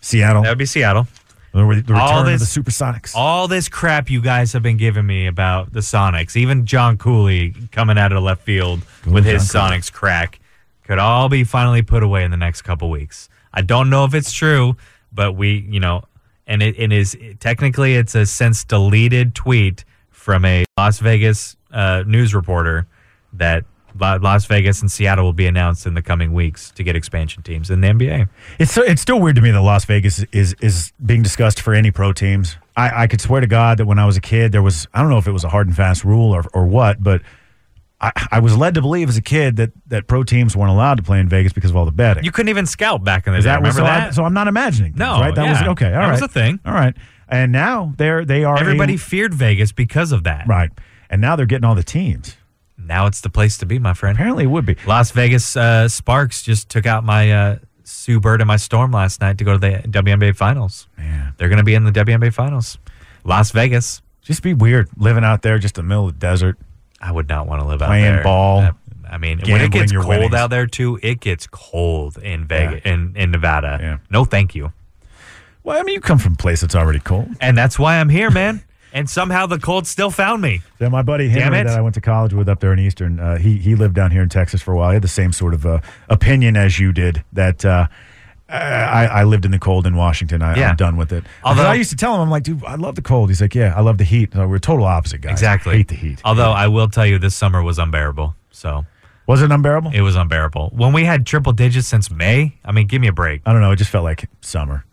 S2: Seattle?
S3: That would be Seattle.
S2: the, re- the
S3: all
S2: return of
S3: this-
S2: the Supersonics.
S3: All this crap you guys have been giving me about the Sonics, even John Cooley coming out of left field with his
S2: John Cooley.
S3: Sonics crack, could all be finally put away in the next couple weeks. I don't know if it's true, but we, you know, and it, it is technically it's a since deleted tweet from a Las Vegas uh, news reporter that La- Las Vegas and Seattle will be announced in the coming weeks to get expansion teams in the NBA.
S2: It's so, it's still weird to me that Las Vegas is is being discussed for any pro teams. I, I could swear to God that when I was a kid, there was I don't know if it was a hard and fast rule or, or what, but I, I was led to believe as a kid that that pro teams weren't allowed to play in Vegas because of all the betting.
S3: You couldn't even scout back in the
S2: Is
S3: day.
S2: that was-
S3: Remember
S2: so?
S3: that?
S2: I, so I'm not imagining. things,
S3: No,
S2: right? That was
S3: yeah.
S2: okay. All right,
S3: That was a thing.
S2: All right, and now they're they are a-
S3: Everybody feared Vegas because of that.
S2: right, and now they're getting all the teams.
S3: Now it's the place to be, my friend.
S2: Apparently, it would be.
S3: Las Vegas uh, Sparks just took out my uh, Sue Bird and my Storm last night to go to the WNBA Finals.
S2: Man.
S3: They're going to be in the WNBA Finals. Las Vegas.
S2: Just be weird living out there, just in the middle of the desert.
S3: I would not want to live out
S2: Playing
S3: there.
S2: ball,
S3: Uh, I mean, when
S2: gambling
S3: it gets
S2: your
S3: cold
S2: winnings.
S3: out there too, it gets cold in Vegas in, in Nevada.
S2: Yeah.
S3: No, thank you.
S2: Well, I mean, you come from a place that's already cold.
S3: And that's why I'm here, man. and somehow the cold still found me.
S2: Yeah, my buddy
S3: Damn
S2: Henry
S3: it.
S2: that I went to college with up there in Eastern, uh, he he lived down here in Texas for a while. He had the same sort of uh, opinion as you did that uh, I, I lived in the cold in Washington. I,
S3: Yeah.
S2: I'm done with it.
S3: Although-
S2: Although I used to tell him, I'm like, dude, I love the cold. He's like, yeah, I love the heat. So we're total opposite guys.
S3: Exactly. Uh,
S2: hate the heat.
S3: Although I will tell you, this summer was unbearable. So
S2: Was it unbearable?
S3: it was unbearable. When we had triple digits since May, I mean, give me a break.
S2: I don't know. It just felt like summer.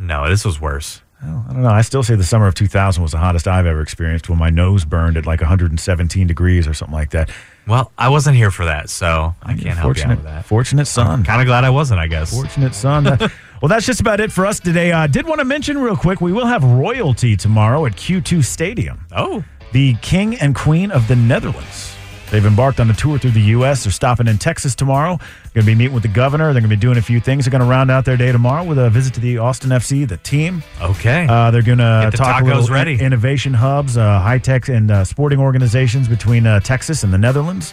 S3: No, this was worse.
S2: I don't know. I still say the summer of 2000 was the hottest I've ever experienced when my nose burned at like 117 degrees or something like that.
S3: Well, I wasn't here for that, so I can't help you out
S2: fortunate,
S3: with that.
S2: fortunate son.
S3: Kind of glad I wasn't, I guess.
S2: Fortunate son. That- well, that's just about it for us today. I did want to mention real quick we will have royalty tomorrow at Q2 Stadium.
S3: Oh,
S2: The King and Queen of the Netherlands. They've embarked on a tour through the U.S. They're stopping in Texas tomorrow. Going to be meeting with the governor. They're going to be doing a few things. They're going to round out their day tomorrow with a visit to the Austin FC, the team.
S3: okay.
S2: Uh, they're going to
S3: Get the
S2: talk a
S3: tacos
S2: little
S3: ready.
S2: in- innovation hubs, uh, high tech, and uh, sporting organizations between uh, Texas and the Netherlands.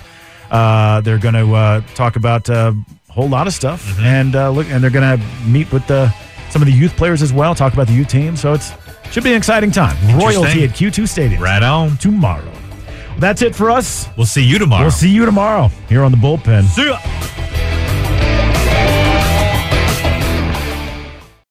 S2: Uh, they're going to uh, talk about uh, a whole lot of stuff,
S3: Mm-hmm.
S2: and uh, look, and they're going to meet with the, some of the youth players as well. Talk about the youth team. So it's should be an exciting time. Royalty at Q2 Stadium
S3: right on.
S2: tomorrow. That's it for us.
S3: We'll see you tomorrow.
S2: We'll see you tomorrow here on the bullpen.
S3: See ya.